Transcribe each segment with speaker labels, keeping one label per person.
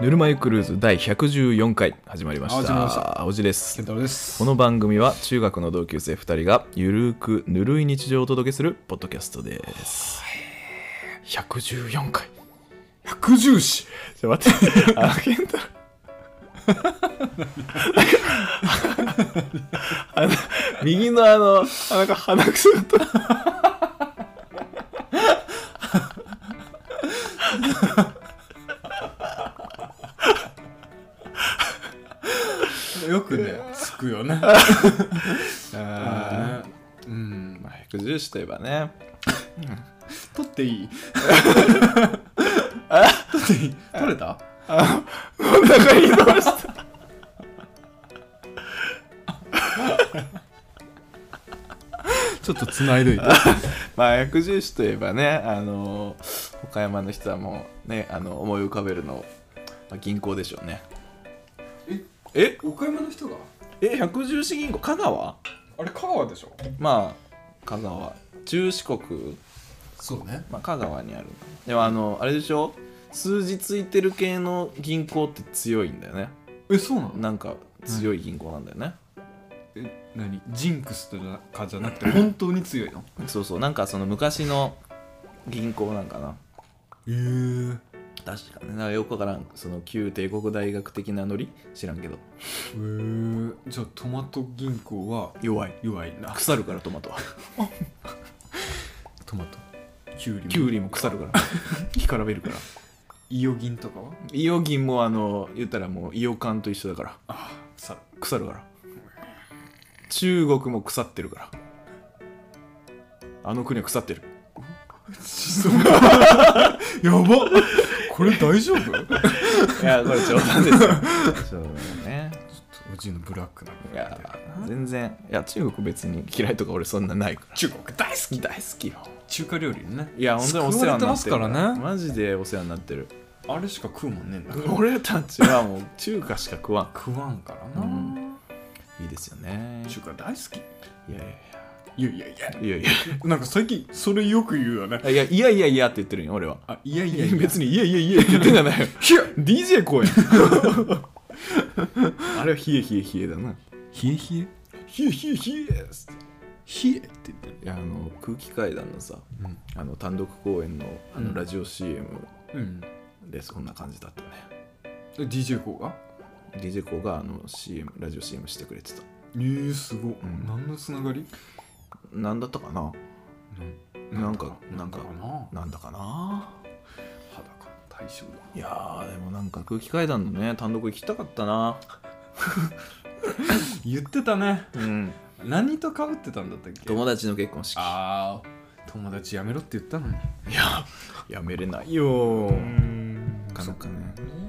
Speaker 1: ぬるま湯クルーズ第114回始まりました。
Speaker 2: 始まりました
Speaker 1: おじで
Speaker 2: ケ
Speaker 1: す
Speaker 2: ン。タロウです。
Speaker 1: この番組は中学の同級生2人がゆるーくぬるい日常をお届けするポッドキャストです。114回。
Speaker 2: 百獣士。
Speaker 1: ちょ待って、あ、ケンタロウ。なんか あの右のあの、あなんか鼻くそと。
Speaker 2: よくね、つくよね。あーうん。
Speaker 1: まあ、110といえばね。
Speaker 2: 取ってい い取っていい取れた
Speaker 1: お腹にどうした
Speaker 2: ちょっと繋いでいて。
Speaker 1: まあ、110といえばね、あの岡山の人はもうね、あの、思い浮かべるの、まあ、銀行でしょうね。
Speaker 2: え、
Speaker 1: え
Speaker 2: 岡山の人が
Speaker 1: え、百十四銀行香川
Speaker 2: あれ、香川でしょ
Speaker 1: まあ、香川。中四国
Speaker 2: そうね。
Speaker 1: まあ、香川にあるでもあのあれでしょ数字ついてる系の銀行って強いんだよね
Speaker 2: え、そうなの
Speaker 1: なんか強い銀行なんだよね、
Speaker 2: え、なにジンクスとかじゃなくて、本当に強いの
Speaker 1: そうそうなんかその昔の銀行なんかな
Speaker 2: えー。
Speaker 1: 確かねなんかよくわからんその旧帝国大学的なノリ知らんけど
Speaker 2: えー。じゃあ、トマト銀行は
Speaker 1: 弱い
Speaker 2: 弱いんだ。
Speaker 1: 腐るからトマトは
Speaker 2: トマト。キュウリも。
Speaker 1: キュウリも腐 るから干からべるから
Speaker 2: イオギンとかは
Speaker 1: イオギンもあの言ったらもうイオカンと一緒だから
Speaker 2: あ、さ、
Speaker 1: 腐るから中国も腐ってるからあの国は腐ってる
Speaker 2: そう やばこれ大 丈夫
Speaker 1: いや、これ冗談ですよ。 そうね。
Speaker 2: うちのブラックな部分
Speaker 1: いや、全然、いや、中国別に嫌いとか俺そんなないから。
Speaker 2: 中国大好
Speaker 1: 好き大好きよ。
Speaker 2: 中華料理ね
Speaker 1: いや、本当にお世話にな
Speaker 2: 救われ
Speaker 1: ってる。
Speaker 2: てますからね
Speaker 1: マジでお世話になってる。
Speaker 2: あれしか食うもんねえんだ
Speaker 1: 俺たちはもう中華しか食わ
Speaker 2: 食わんからな、
Speaker 1: うんん。いいですよね。
Speaker 2: 中華大好
Speaker 1: いやい
Speaker 2: きいやいやいや
Speaker 1: やいや。いやいや。
Speaker 2: なんか最近それよく言うよね
Speaker 1: あいやいやいやいやって言ってるんよ、俺は。
Speaker 2: あいやい
Speaker 1: い
Speaker 2: や
Speaker 1: や
Speaker 2: いや
Speaker 1: 別に、いやいやいやって言ってんじゃないよ。
Speaker 2: ひえ
Speaker 1: DJ 公演。 あれは冷え冷え冷えだな。
Speaker 2: ひえひえ
Speaker 1: 冷え冷え冷えっす
Speaker 2: ひえって言ってる
Speaker 1: いや、あの、空気階段のさ、
Speaker 2: うん、
Speaker 1: あの単独公演のあ
Speaker 2: う
Speaker 1: の
Speaker 2: ん
Speaker 1: ラジオ CM
Speaker 2: うん、
Speaker 1: でそんな感じだったね、
Speaker 2: DJ 校が
Speaker 1: DJ コがあの CM ラジオ CM してくれてた
Speaker 2: えー、すご、
Speaker 1: ん
Speaker 2: 何のつながり、
Speaker 1: なんだったかななんかなんか
Speaker 2: かな
Speaker 1: なんだかな
Speaker 2: 裸の対象だ
Speaker 1: いやーでもなんか空気階段のね単独行きたかったな
Speaker 2: 言ってたね
Speaker 1: うん
Speaker 2: 何と被ってたんだったっけ
Speaker 1: 友達の結婚式
Speaker 2: ああ友達やめろって言ったのに
Speaker 1: いややめれないよ
Speaker 2: う
Speaker 1: ー
Speaker 2: ん
Speaker 1: なかなかね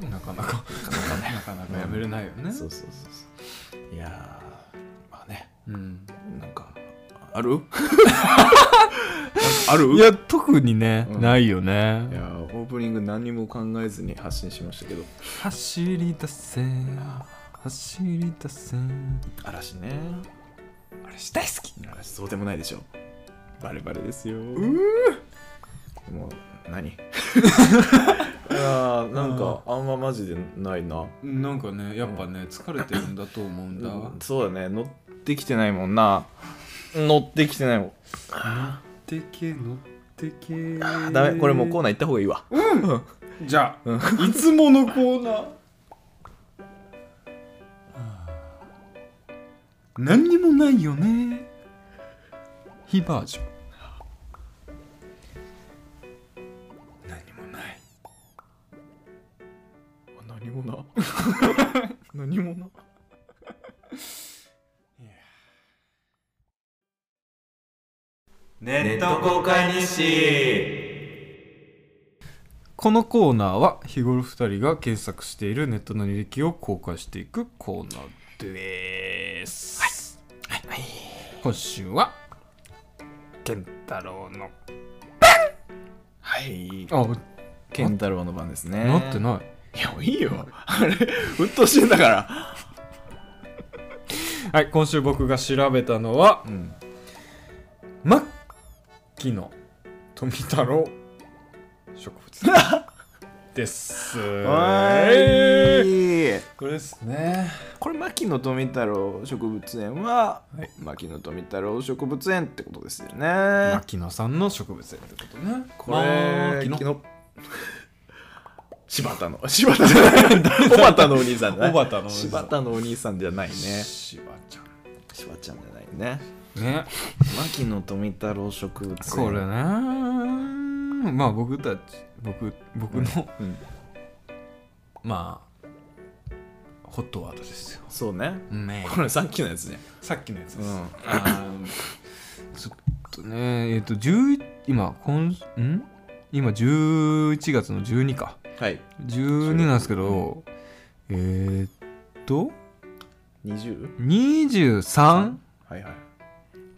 Speaker 2: なかなか
Speaker 1: なかなかね
Speaker 2: なかなかやめれないよね
Speaker 1: そうそうそうそういやーまあね
Speaker 2: うん
Speaker 1: なんかあ るなんかある
Speaker 2: いや特にね
Speaker 1: うん
Speaker 2: ないよ
Speaker 1: いや
Speaker 2: ね
Speaker 1: ーオープニング何も考えずに発信しましたけど
Speaker 2: 走り出せ走り出せ
Speaker 1: 嵐ね
Speaker 2: あれ大好き
Speaker 1: 嵐そうでもないでしょバレバレですようもう何 いやーなんかあんまマジでないな
Speaker 2: なんかねやっぱね疲れてるんだと思うんだ
Speaker 1: そうだね乗ってきてないもんな乗ってきてないもん
Speaker 2: てけ乗ってけ
Speaker 1: あダメこれもうコーナー行った方がいいわ
Speaker 2: じゃあいつものコーナー何にもないよね非バージョン何もない
Speaker 1: 何も な何もな
Speaker 3: ネット公開日誌
Speaker 2: このコーナーは日頃2人が検索しているネットの履歴を公開していくコーナーです、はい今週は健太郎の
Speaker 1: はい
Speaker 2: あ
Speaker 1: 健太郎の番ですね
Speaker 2: なってない
Speaker 1: いやもういいよ あれ鬱陶しいんだから
Speaker 2: はい、今週僕が調べたのは、
Speaker 1: うん
Speaker 2: マッキの富太郎植物。 です
Speaker 1: はい
Speaker 2: これですね
Speaker 1: これ牧野富太郎植物園は、
Speaker 2: はい
Speaker 1: 牧野富太郎植物園ってことですよね、
Speaker 2: 牧野さんの植物園ってことね
Speaker 1: これ
Speaker 2: 牧野
Speaker 1: 昨日柴田の 柴田じゃない 小畑のお兄さんじゃない
Speaker 2: 小畑のお兄さん
Speaker 1: 柴田のお兄さんじゃないね
Speaker 2: しばちゃ
Speaker 1: 柴ちゃんじゃないね
Speaker 2: んね
Speaker 1: 牧野富太郎植物園
Speaker 2: これねまあ僕たち僕僕の、
Speaker 1: うん
Speaker 2: まあホットワードですよ
Speaker 1: そうね
Speaker 2: ね
Speaker 1: これさっきのやつね
Speaker 2: さっきのやつ
Speaker 1: うん
Speaker 2: あーちょっとねえっ、と11今今ん今11月の12か
Speaker 1: はい
Speaker 2: 12なんですけどえー、っと
Speaker 1: 20?
Speaker 2: 23
Speaker 1: はいはい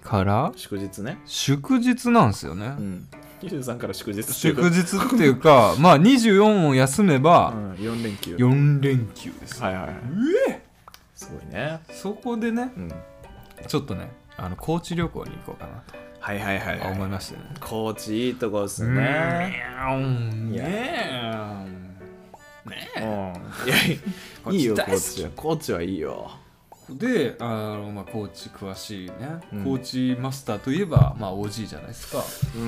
Speaker 2: から
Speaker 1: 祝日ね
Speaker 2: 祝日なんですよね、
Speaker 1: うん23から祝日
Speaker 2: 祝日っていうかまあ24を休め
Speaker 1: う
Speaker 2: ば
Speaker 1: ん4連休
Speaker 2: 4連休です、
Speaker 1: はいはいはいうすごいね
Speaker 2: そこでね
Speaker 1: うん
Speaker 2: ちょっとねあの高知旅行に行こうかなと
Speaker 1: はいはいはいはい
Speaker 2: 思いましてね
Speaker 1: 高知いいとこっすね
Speaker 2: ねえ
Speaker 1: いや
Speaker 2: ね
Speaker 1: う
Speaker 2: え
Speaker 1: んいやい
Speaker 2: 高知
Speaker 1: いいいよ
Speaker 2: 大
Speaker 1: 高
Speaker 2: 好き
Speaker 1: 知は高知はいいよ
Speaker 2: であの、まあ、高知詳しいね、
Speaker 1: うん
Speaker 2: 高知マスターといえば、まあ、OG じゃないですか、
Speaker 1: うんう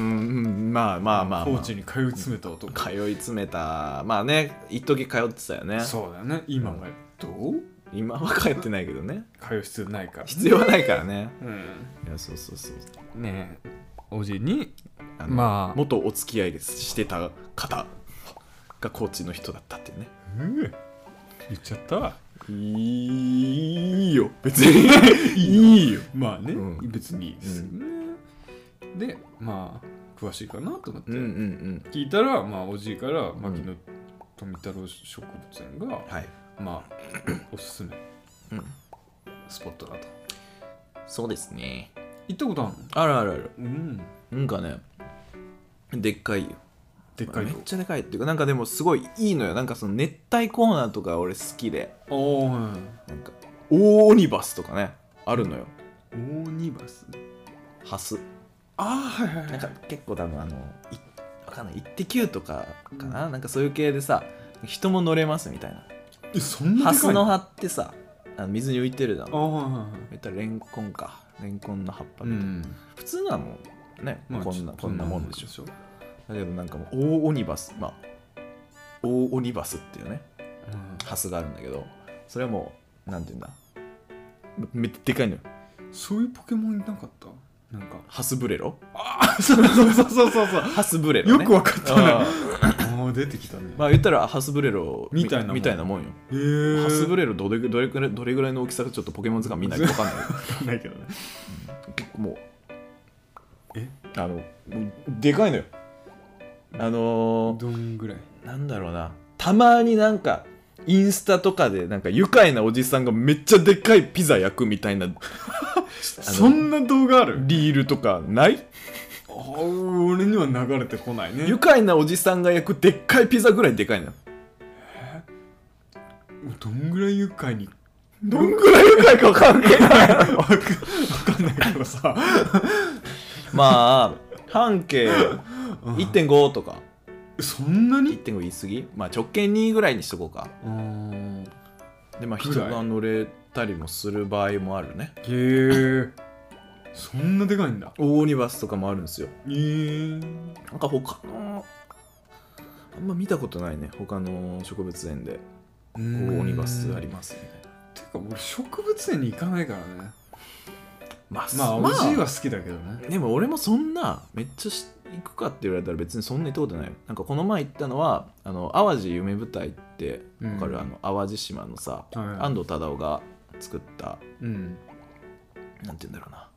Speaker 1: んまあまあまあまあ
Speaker 2: 高知に通い詰めた男、
Speaker 1: 通い詰めたまあね一時通ってたよね
Speaker 2: そうだよね今はどう
Speaker 1: 今は通ってないけどね
Speaker 2: 通う必要ないから、
Speaker 1: 必要はないからね
Speaker 2: う、
Speaker 1: いやそうそうそうん
Speaker 2: ねえ OG に
Speaker 1: あの
Speaker 2: まあ
Speaker 1: 元お付き合いですしてた方がコーチの人だったっていうね
Speaker 2: うん言っちゃった
Speaker 1: いいよ別 にいいよ
Speaker 2: まあね、
Speaker 1: うん
Speaker 2: 別にいいですよね、でまあ詳しいかなと思って、
Speaker 1: うんうんうん
Speaker 2: 聞いたらまあおじいから牧野富太郎植物園が、
Speaker 1: はい、
Speaker 2: ま あおすすめ
Speaker 1: うん、
Speaker 2: スポットだと
Speaker 1: そうですね
Speaker 2: 行ったことある
Speaker 1: あるあるある
Speaker 2: のうん
Speaker 1: なんかねでっかいよ
Speaker 2: でっかい
Speaker 1: め
Speaker 2: よ
Speaker 1: っちゃでかいっていうかなんかでもすごいいいのよなんかその熱帯コーナーとか俺好きで
Speaker 2: おおー
Speaker 1: なんかオーニバスとかねあるのよ
Speaker 2: オーニバス
Speaker 1: ハス
Speaker 2: ああーはいはいは
Speaker 1: なん
Speaker 2: い
Speaker 1: か結構多分あのいわかんない「イッテ Q!」とかかな、なんかそういう系でさ人も乗れますみたいな
Speaker 2: えそんな
Speaker 1: ハ
Speaker 2: でか
Speaker 1: ス
Speaker 2: い
Speaker 1: の
Speaker 2: あ
Speaker 1: 葉ってさあの水に浮いてるじゃん
Speaker 2: あーはいはいはい
Speaker 1: 言ったらレンコンかレンコンの葉っぱ
Speaker 2: う
Speaker 1: みたいな、
Speaker 2: ん、
Speaker 1: 普通のはもうね、
Speaker 2: まあ
Speaker 1: こんな
Speaker 2: ちょ
Speaker 1: こんなもんでしょ
Speaker 2: そんなもん
Speaker 1: だけどなんかもう大オニバスまあ大オニバスっていうね
Speaker 2: でしょうん
Speaker 1: ハスがあるんだけどそれはもうなんていうんだめめっちゃでかいのよ
Speaker 2: そういうポケモンいなかったなんか
Speaker 1: ハスブレロ
Speaker 2: ああそうそうそうそうそうそう
Speaker 1: ハスブレロ、
Speaker 2: よ
Speaker 1: ね、
Speaker 2: くわかったね
Speaker 1: あー
Speaker 2: ああ出てきたね、
Speaker 1: まあ言ったらハスブレロ
Speaker 2: みたいなもん
Speaker 1: みたいなもんよ
Speaker 2: えー、
Speaker 1: ハスブ
Speaker 2: レ
Speaker 1: レロどれぐどれくらいどれぐらいの大きさかちょっとポケモン図鑑見ないと分かんない
Speaker 2: ないけどね
Speaker 1: けどもう
Speaker 2: え
Speaker 1: あのもうでかいのよあのー
Speaker 2: どんぐらい
Speaker 1: なんだろうなたまになんかインスタとかでなんか愉快なおじさんがめっちゃでっかいピザ焼くみたいなあの
Speaker 2: そんな動画ある
Speaker 1: リールとかない
Speaker 2: あー俺には流れてこないね
Speaker 1: 愉快なおじさんが焼くでっかいピザぐらいでかいの
Speaker 2: どんぐらい愉快に
Speaker 1: どんぐらい愉快か関係ない
Speaker 2: わかわかんないからさ
Speaker 1: まあ半径1.5とか
Speaker 2: そんなに
Speaker 1: 1.5言い過ぎまあ直径2ぐらいにしとこうか
Speaker 2: うーんへ
Speaker 1: でまあ
Speaker 2: ぐ
Speaker 1: 人
Speaker 2: らい
Speaker 1: が乗れたりもする場合もあるね
Speaker 2: えそんなでかいんだ
Speaker 1: オーニバスとかもあるんですよ
Speaker 2: えー、
Speaker 1: なんか他のあんま見たことないね他の植物園で
Speaker 2: オ
Speaker 1: こうオニバスありますみたいな
Speaker 2: てか俺植物園に行かないからね
Speaker 1: まあ
Speaker 2: まあ
Speaker 1: そ
Speaker 2: おじいは好きだけどね
Speaker 1: でも俺もそんなめっちゃし行くかって言われたら別にそんなに行ったことないよなんかこの前行ったのはあの淡路夢舞台って
Speaker 2: うん
Speaker 1: わかる、あの淡路島のさ、
Speaker 2: はいはい
Speaker 1: 安藤忠雄が作った
Speaker 2: うん
Speaker 1: なんて言うんだろうな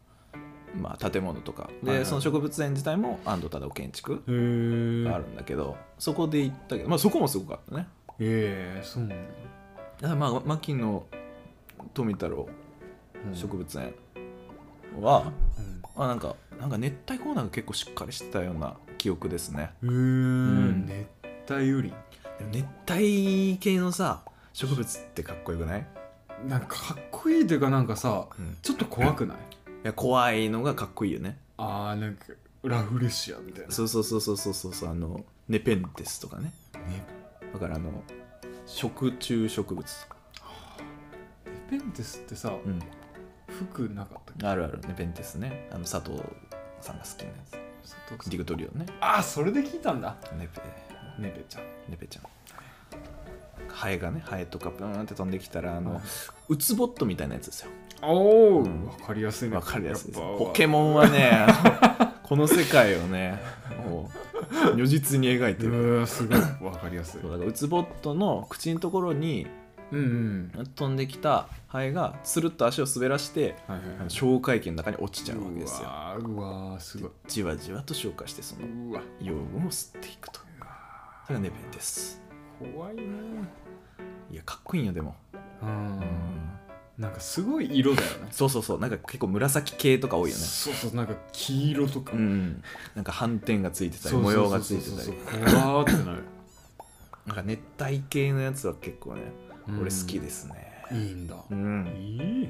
Speaker 1: まあ建物とかで、
Speaker 2: はいはい
Speaker 1: その植物園自体も安藤忠雄建築
Speaker 2: へえ
Speaker 1: があるんだけど、そこで行ったけどまあそこもすごかったね
Speaker 2: ええそうなんだ、
Speaker 1: だからまあ牧野富太郎
Speaker 2: うん
Speaker 1: 植物園は、
Speaker 2: うん
Speaker 1: あなんかなんか熱帯コーナーが結構しっかりしてたような記憶ですね
Speaker 2: へえ、
Speaker 1: ん
Speaker 2: 熱帯雨林
Speaker 1: でも熱帯系のさ植物ってかっこよくない、
Speaker 2: なんかかっこいいというかなんかさ
Speaker 1: うん、
Speaker 2: ちょっと怖くない
Speaker 1: いや怖いのがかっこいいよね
Speaker 2: あーなんかラフレシアみたいな
Speaker 1: そうそうそうそうそうそうそうあのネペンテスとかね
Speaker 2: ネ
Speaker 1: だからあの食虫植物とか、
Speaker 2: エペンテスってさ
Speaker 1: うん、
Speaker 2: 服なかったっけ
Speaker 1: あるあるねペンテスねあの佐藤さんが好きなや
Speaker 2: 佐藤
Speaker 1: つ
Speaker 2: さん
Speaker 1: ディクトリオね
Speaker 2: ああそれで聞いたんだ
Speaker 1: ネペ
Speaker 2: ねべちゃん
Speaker 1: ネペちゃんハエがねハエとかプーンって飛んできたらあ
Speaker 2: はい
Speaker 1: のウツボットみたいなやつですよ
Speaker 2: おお、
Speaker 1: うん
Speaker 2: わかりやすいね
Speaker 1: わかりやすいです
Speaker 2: やっぱ
Speaker 1: ポケモンはねこの世界をねもう如実に描いて
Speaker 2: う
Speaker 1: る
Speaker 2: ーすごいわかりやすい
Speaker 1: そうだからウツボットの口のところに
Speaker 2: うんうん
Speaker 1: 飛んできたハエがつるっと足を滑らして
Speaker 2: はいはいはい
Speaker 1: 消化液の中に落ちちゃうわけですよ
Speaker 2: わーうわーすごい
Speaker 1: じわじわと消化してその
Speaker 2: うわ
Speaker 1: 養分を吸っていくとそれがネペンです
Speaker 2: 怖いね
Speaker 1: いやかっこいいんよでも、
Speaker 2: うんなんかすごい色だよね
Speaker 1: そうそうそうなんか結構紫系とか多いよね
Speaker 2: そうそうなんか黄色とか、
Speaker 1: うんなんか斑点がついてたり
Speaker 2: そう
Speaker 1: 模
Speaker 2: そう
Speaker 1: 様
Speaker 2: そ
Speaker 1: が
Speaker 2: う
Speaker 1: つ
Speaker 2: そう
Speaker 1: いてたり
Speaker 2: 怖ーってなる、
Speaker 1: なんか熱帯系のやつは結構ね俺好きですね
Speaker 2: いいんだ、
Speaker 1: うん
Speaker 2: いい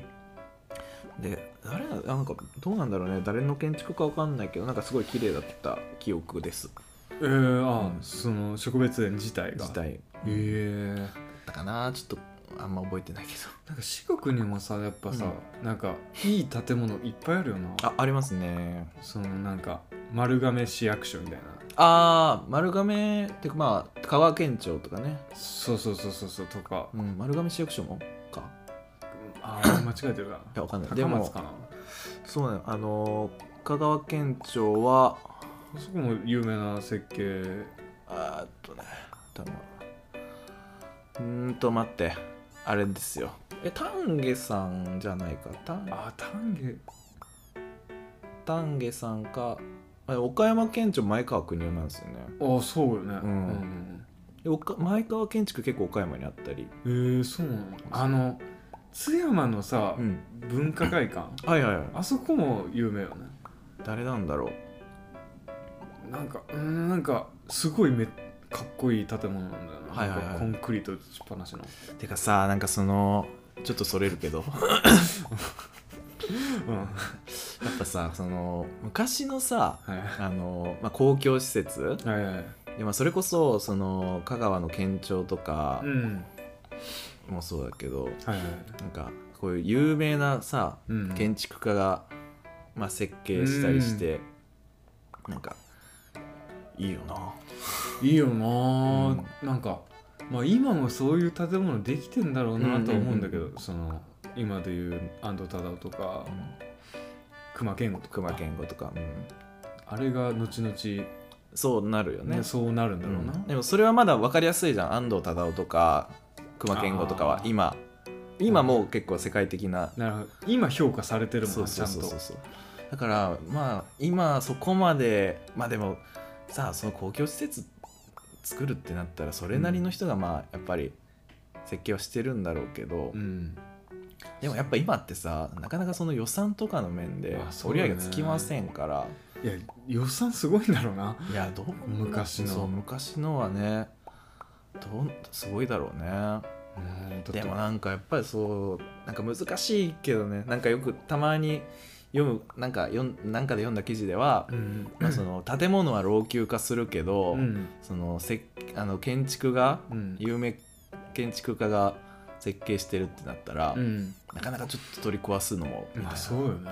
Speaker 1: で誰ななんかどうなんだろうね誰の建築かわかんないけどなんかすごい綺麗だった記憶です
Speaker 2: えー、あー、
Speaker 1: うん
Speaker 2: その植物園自体が
Speaker 1: 自体
Speaker 2: えー、
Speaker 1: だったかなちょっとあんま覚えてないけ
Speaker 2: なんか四国にもさやっぱさ、なんかいい建物いっぱいあるよな
Speaker 1: どあありますね
Speaker 2: そのなんか丸亀市役所みたいな
Speaker 1: ああ丸亀ってかまあ香川県庁とかね、
Speaker 2: そうそうそうそうそうとか
Speaker 1: うん、丸亀市役所もか
Speaker 2: ああ間違えてるか
Speaker 1: いやわかん
Speaker 2: な
Speaker 1: ないで
Speaker 2: 高松
Speaker 1: も
Speaker 2: かな
Speaker 1: そうなのあのー香川県庁は
Speaker 2: あそこも有名な設計
Speaker 1: あーっとね多分うーんと待ってあれですよえ丹下さんじゃないか丹
Speaker 2: あ丹下
Speaker 1: 丹下さんかあ岡山県庁前川国夫なんですよね
Speaker 2: ああそうよね
Speaker 1: う
Speaker 2: うんん、
Speaker 1: で岡前川建築結構岡山にあったり
Speaker 2: えー、そうなのあの津山のさ、
Speaker 1: うん
Speaker 2: 文化会館
Speaker 1: はいはいはい
Speaker 2: あそこも有名よね
Speaker 1: 誰なんだろう
Speaker 2: なんかうーんなんかすごいめかっこいい建物なんだよな、
Speaker 1: はいはいはい
Speaker 2: なんかコンクリート打ちっぱなしの
Speaker 1: てかさなんかそのちょっとそれるけど
Speaker 2: うんは
Speaker 1: やっぱさその昔のさ
Speaker 2: いは
Speaker 1: あの、まあ、公共施設
Speaker 2: いはいはい
Speaker 1: で、まあ、それこそその香川の県庁とか
Speaker 2: うん
Speaker 1: もそうだけど、
Speaker 2: はいはい
Speaker 1: なんかこういう有名なさ
Speaker 2: うん
Speaker 1: 建築家が、まあ、設計したりして、なんかいいよない
Speaker 2: いよなー、なんか、まあ、今もそういう建物できてんだろうなとは思うんだけど、
Speaker 1: うんうん
Speaker 2: その今でいう安藤忠雄とか、熊健吾とか
Speaker 1: 熊健吾とか、うん
Speaker 2: あれが後々、ね
Speaker 1: そうなるよね
Speaker 2: そうなるんだろうな、
Speaker 1: うんでもそれはまだ分かりやすいじゃん安藤忠雄とか熊健吾とかは
Speaker 2: あー
Speaker 1: 今今もう結構世界的な、
Speaker 2: なるほど今評価されてるもん
Speaker 1: そ
Speaker 2: な
Speaker 1: う
Speaker 2: ち
Speaker 1: そ
Speaker 2: ゃ
Speaker 1: うんそう
Speaker 2: と
Speaker 1: そうそうだからまあ今そこまでまあでもさあその公共施設作るってなったらそれなりの人がまあやっぱり設計はしてるんだろうけど、
Speaker 2: うん
Speaker 1: でもやっぱ今ってさなかなかその予算とかの面で
Speaker 2: あそう
Speaker 1: 折
Speaker 2: だ
Speaker 1: り
Speaker 2: ね
Speaker 1: 上げつきませんから
Speaker 2: いや予算すごいんだろうない
Speaker 1: やどう
Speaker 2: 昔の
Speaker 1: そう昔のはねどうすごいだろうね
Speaker 2: うんだって
Speaker 1: でもなんかやっぱりそうなんか難しいけどねなんかよくたまに読むなんか読んなんかで読んだ記事では
Speaker 2: う、ん
Speaker 1: まあ、その建物は老朽化するけど、
Speaker 2: うん
Speaker 1: そのせあの建築が
Speaker 2: うん
Speaker 1: 有名建築家が設計してるってなったら、
Speaker 2: うん
Speaker 1: なかなかちょっと取り壊すのもみたい
Speaker 2: ま
Speaker 1: な
Speaker 2: あそうよね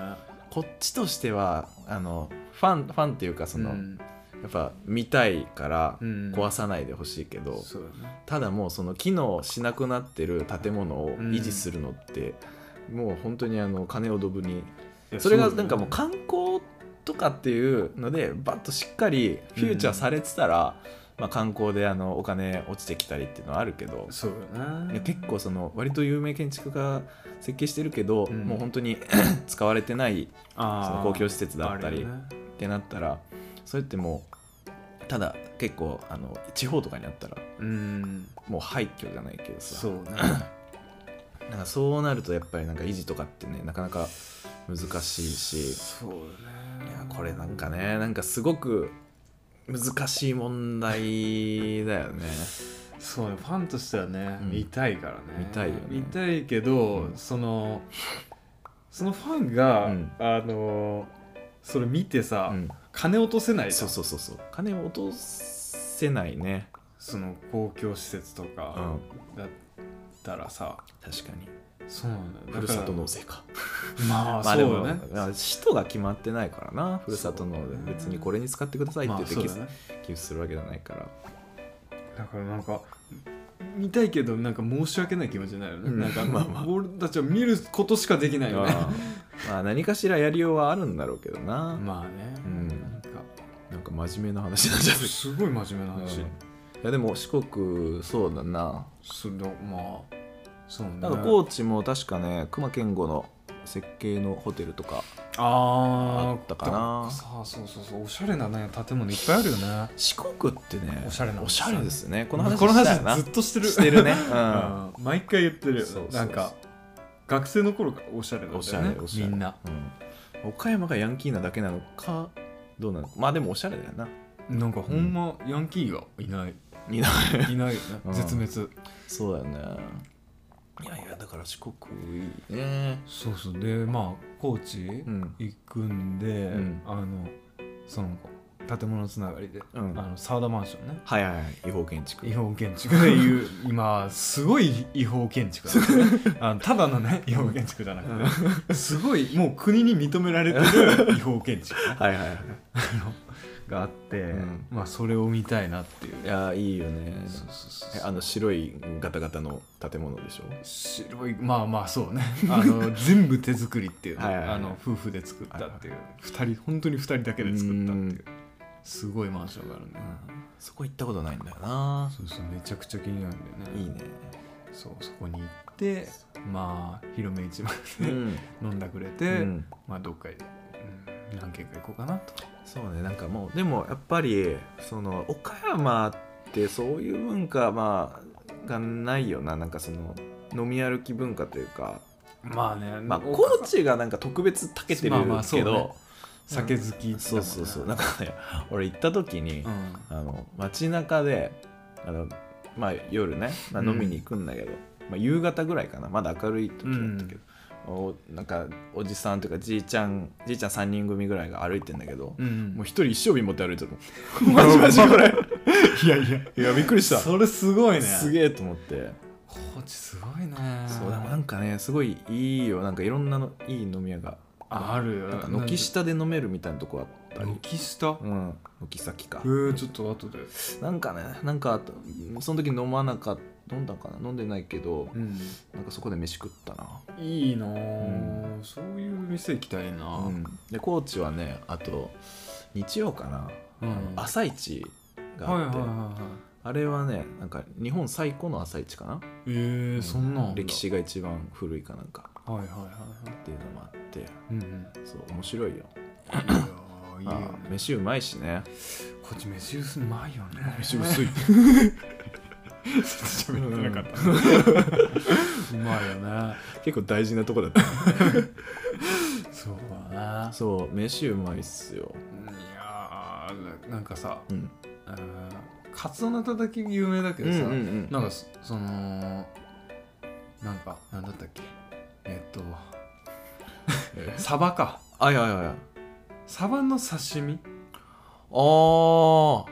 Speaker 1: こっちとしてはあのファンファンっていうかその、
Speaker 2: うん
Speaker 1: やっぱ見たいから
Speaker 2: うん
Speaker 1: 壊さないでほしいけど、
Speaker 2: そうよね
Speaker 1: ただもうその機能しなくなってる建物を維持するのって、もう本当にあの金をドブに
Speaker 2: いや
Speaker 1: それが
Speaker 2: うよね
Speaker 1: なんかもう観光とかっていうのでバッとしっかりフューチャーされてたら、まあ、観光であのお金落ちてきたりっていうのはあるけど、
Speaker 2: そうよ
Speaker 1: いや
Speaker 2: ね
Speaker 1: 結構その割と有名建築家設計してるけど、
Speaker 2: うん
Speaker 1: もう本当に 使われてない
Speaker 2: あー
Speaker 1: その公共施設だったり
Speaker 2: あるよね
Speaker 1: ってなったらそれってもうただ結構あの地方とかにあったら
Speaker 2: うん
Speaker 1: もう廃墟じゃないけどさ
Speaker 2: そうね
Speaker 1: なんかそうなるとやっぱりなんか維持とかってねなかなか難しいしい
Speaker 2: そうね
Speaker 1: やこれなんかねなんかすごく難しい問題だよね
Speaker 2: そうねファンとしてはね、
Speaker 1: うん
Speaker 2: 見たいからね
Speaker 1: 見たいよね
Speaker 2: 見たいけど、
Speaker 1: うん
Speaker 2: そのそのファンが、
Speaker 1: うん
Speaker 2: あのそれ見てさ、
Speaker 1: うん
Speaker 2: 金落とせないじゃ
Speaker 1: そ
Speaker 2: ん
Speaker 1: うそうそうそう金を落とせないね
Speaker 2: その公共施設とかだったらさ、
Speaker 1: 確かに
Speaker 2: そうなんだよだ
Speaker 1: ふる
Speaker 2: から
Speaker 1: さと納税か
Speaker 2: まあ
Speaker 1: まあで
Speaker 2: そう
Speaker 1: も
Speaker 2: だ
Speaker 1: ね
Speaker 2: ね
Speaker 1: 使途が決まってないからなふるさと納税
Speaker 2: そう
Speaker 1: 別にこれに使ってくださいって
Speaker 2: まあ
Speaker 1: 言って
Speaker 2: そう
Speaker 1: 寄
Speaker 2: だ
Speaker 1: 付
Speaker 2: ね
Speaker 1: 寄付するわけじゃないから
Speaker 2: だからなんか見たいけどなんか申し訳ない気持ちになるよね、
Speaker 1: うん
Speaker 2: なんか、
Speaker 1: まあまあ
Speaker 2: 俺たちは見ることしかできないよね
Speaker 1: あーまあ何かしらやりようはあるんだろうけどな、
Speaker 2: まあね、
Speaker 1: うん
Speaker 2: なんか
Speaker 1: なんか真面目な話になっちゃう
Speaker 2: すごい真面目な話、
Speaker 1: うんいやでも四国そうだな
Speaker 2: それまあそうね
Speaker 1: なんか高知も確かね熊健吾の設計のホテルとか
Speaker 2: あー
Speaker 1: あったかな
Speaker 2: さあそうそうそうおしゃれな、ね、建物いっぱいあるよね
Speaker 1: 四国ってね
Speaker 2: おしゃれなん
Speaker 1: お
Speaker 2: です
Speaker 1: し
Speaker 2: よ
Speaker 1: ゃれですねこの話
Speaker 2: この
Speaker 1: した
Speaker 2: 話
Speaker 1: よな
Speaker 2: ずっとしてる
Speaker 1: して るね、う、
Speaker 2: うんん毎回言ってるよね
Speaker 1: そうそうそ
Speaker 2: な
Speaker 1: う
Speaker 2: んか学生の頃からおしゃれなんだよね
Speaker 1: おしゃれおしゃれ
Speaker 2: みんな、
Speaker 1: うん岡山がヤンキーなだけなのかどうなのかまあでもおしゃれだよな
Speaker 2: なんかほんまヤンキーがいない、
Speaker 1: いいない
Speaker 2: ないよね、
Speaker 1: うん
Speaker 2: 絶滅
Speaker 1: そうだよねいやいやだから四国いいね
Speaker 2: そうそうでまあ高知
Speaker 1: うん
Speaker 2: 行くんで、
Speaker 1: ん
Speaker 2: あのその建物つながりで、
Speaker 1: うん
Speaker 2: あの沢田マンションね
Speaker 1: はいはいはい違法建築
Speaker 2: 違法建築でいう今すごい違法建築だ、 ね、あのただのね違法建築じゃなくてすごいもう国に認められて る違法建築
Speaker 1: はいはいはい
Speaker 2: があって、
Speaker 1: うん
Speaker 2: まあそれを見たいなっていう
Speaker 1: いやいいよね
Speaker 2: そうそうそう
Speaker 1: えあの白いガタガタの建物でしょ
Speaker 2: 白いまあまあそうねあの 全部手作りっていうね、
Speaker 1: はいはいはい
Speaker 2: あの夫婦で作ったっていう二人本当に二人だけで作ったっていうすごいマンションがあるね、
Speaker 1: そこ行ったことないんだよな
Speaker 2: そうそうめちゃくちゃ気になるんだよね
Speaker 1: いいね
Speaker 2: そうそこに行ってまあ広め市場
Speaker 1: う
Speaker 2: で
Speaker 1: ん
Speaker 2: 飲んだくれて、
Speaker 1: うん
Speaker 2: まあどっかで、うん、何軒か行こうかなと
Speaker 1: そうねなんかもうでもやっぱりその岡山ってそういう文化、まあ、がないよななんかその飲み歩き文化というか、
Speaker 2: まあね
Speaker 1: まあ、
Speaker 2: お
Speaker 1: 高知がなんか特別長けてる
Speaker 2: まあまあそう
Speaker 1: け
Speaker 2: ね
Speaker 1: ど
Speaker 2: 酒好きだもんね
Speaker 1: そうそうそうなんかね俺行った時に、
Speaker 2: うん
Speaker 1: あの街中であのまあ夜ね、まあ、飲みに行くんだけど、まあ、夕方ぐらいかなまだ明るい時だったけど、おなんかおじさんというかじいちゃんじいちゃん3人組ぐらいが歩いてんだけど、
Speaker 2: うん
Speaker 1: もう一人一生瓶持って歩いてる
Speaker 2: う
Speaker 1: のマジマジこれ
Speaker 2: いやいや
Speaker 1: いやびっくりした
Speaker 2: それすごいね
Speaker 1: すげえと思って
Speaker 2: 高知すごいね
Speaker 1: そうでもなんかねすごいいいよなんかいろんなのいい飲み屋が
Speaker 2: あるよ
Speaker 1: なんか軒下で飲めるみたいなとこあったり
Speaker 2: 軒下
Speaker 1: うん軒先か
Speaker 2: えー、ちょっと後で
Speaker 1: なんかねなんかあとその時飲まなかった飲んだかな飲んでないけど
Speaker 2: うん
Speaker 1: なんかそこで飯食ったな、
Speaker 2: いいなぁ、そういう店行きたいな
Speaker 1: う
Speaker 2: ぁ
Speaker 1: ん、で高知はねあと日曜かな、
Speaker 2: うん
Speaker 1: 朝市が
Speaker 2: はいはい
Speaker 1: あって、
Speaker 2: はいはい
Speaker 1: あれはねなんか日本最古の朝市かな
Speaker 2: えー、そんなん
Speaker 1: 歴史が一番古いかなんか
Speaker 2: はいはいはいはい
Speaker 1: っていうのもあって
Speaker 2: うんうん
Speaker 1: そう面白いよ
Speaker 2: いやーいいよ
Speaker 1: あ
Speaker 2: ね
Speaker 1: ー飯うまいしね
Speaker 2: こっち飯薄うまいよね
Speaker 1: 飯 薄い
Speaker 2: 喋ってなか った、うまいよね
Speaker 1: 結構大事なとこだった
Speaker 2: そうだね
Speaker 1: そう飯うまいっすよ
Speaker 2: いやーななんかさ
Speaker 1: うん
Speaker 2: あーカツオのたたき有名だけどさ、
Speaker 1: ん
Speaker 2: なんかそそのなんかなんだったっけえっと
Speaker 1: え
Speaker 2: サバか
Speaker 1: あいやいやいや
Speaker 2: サバの刺身
Speaker 1: あー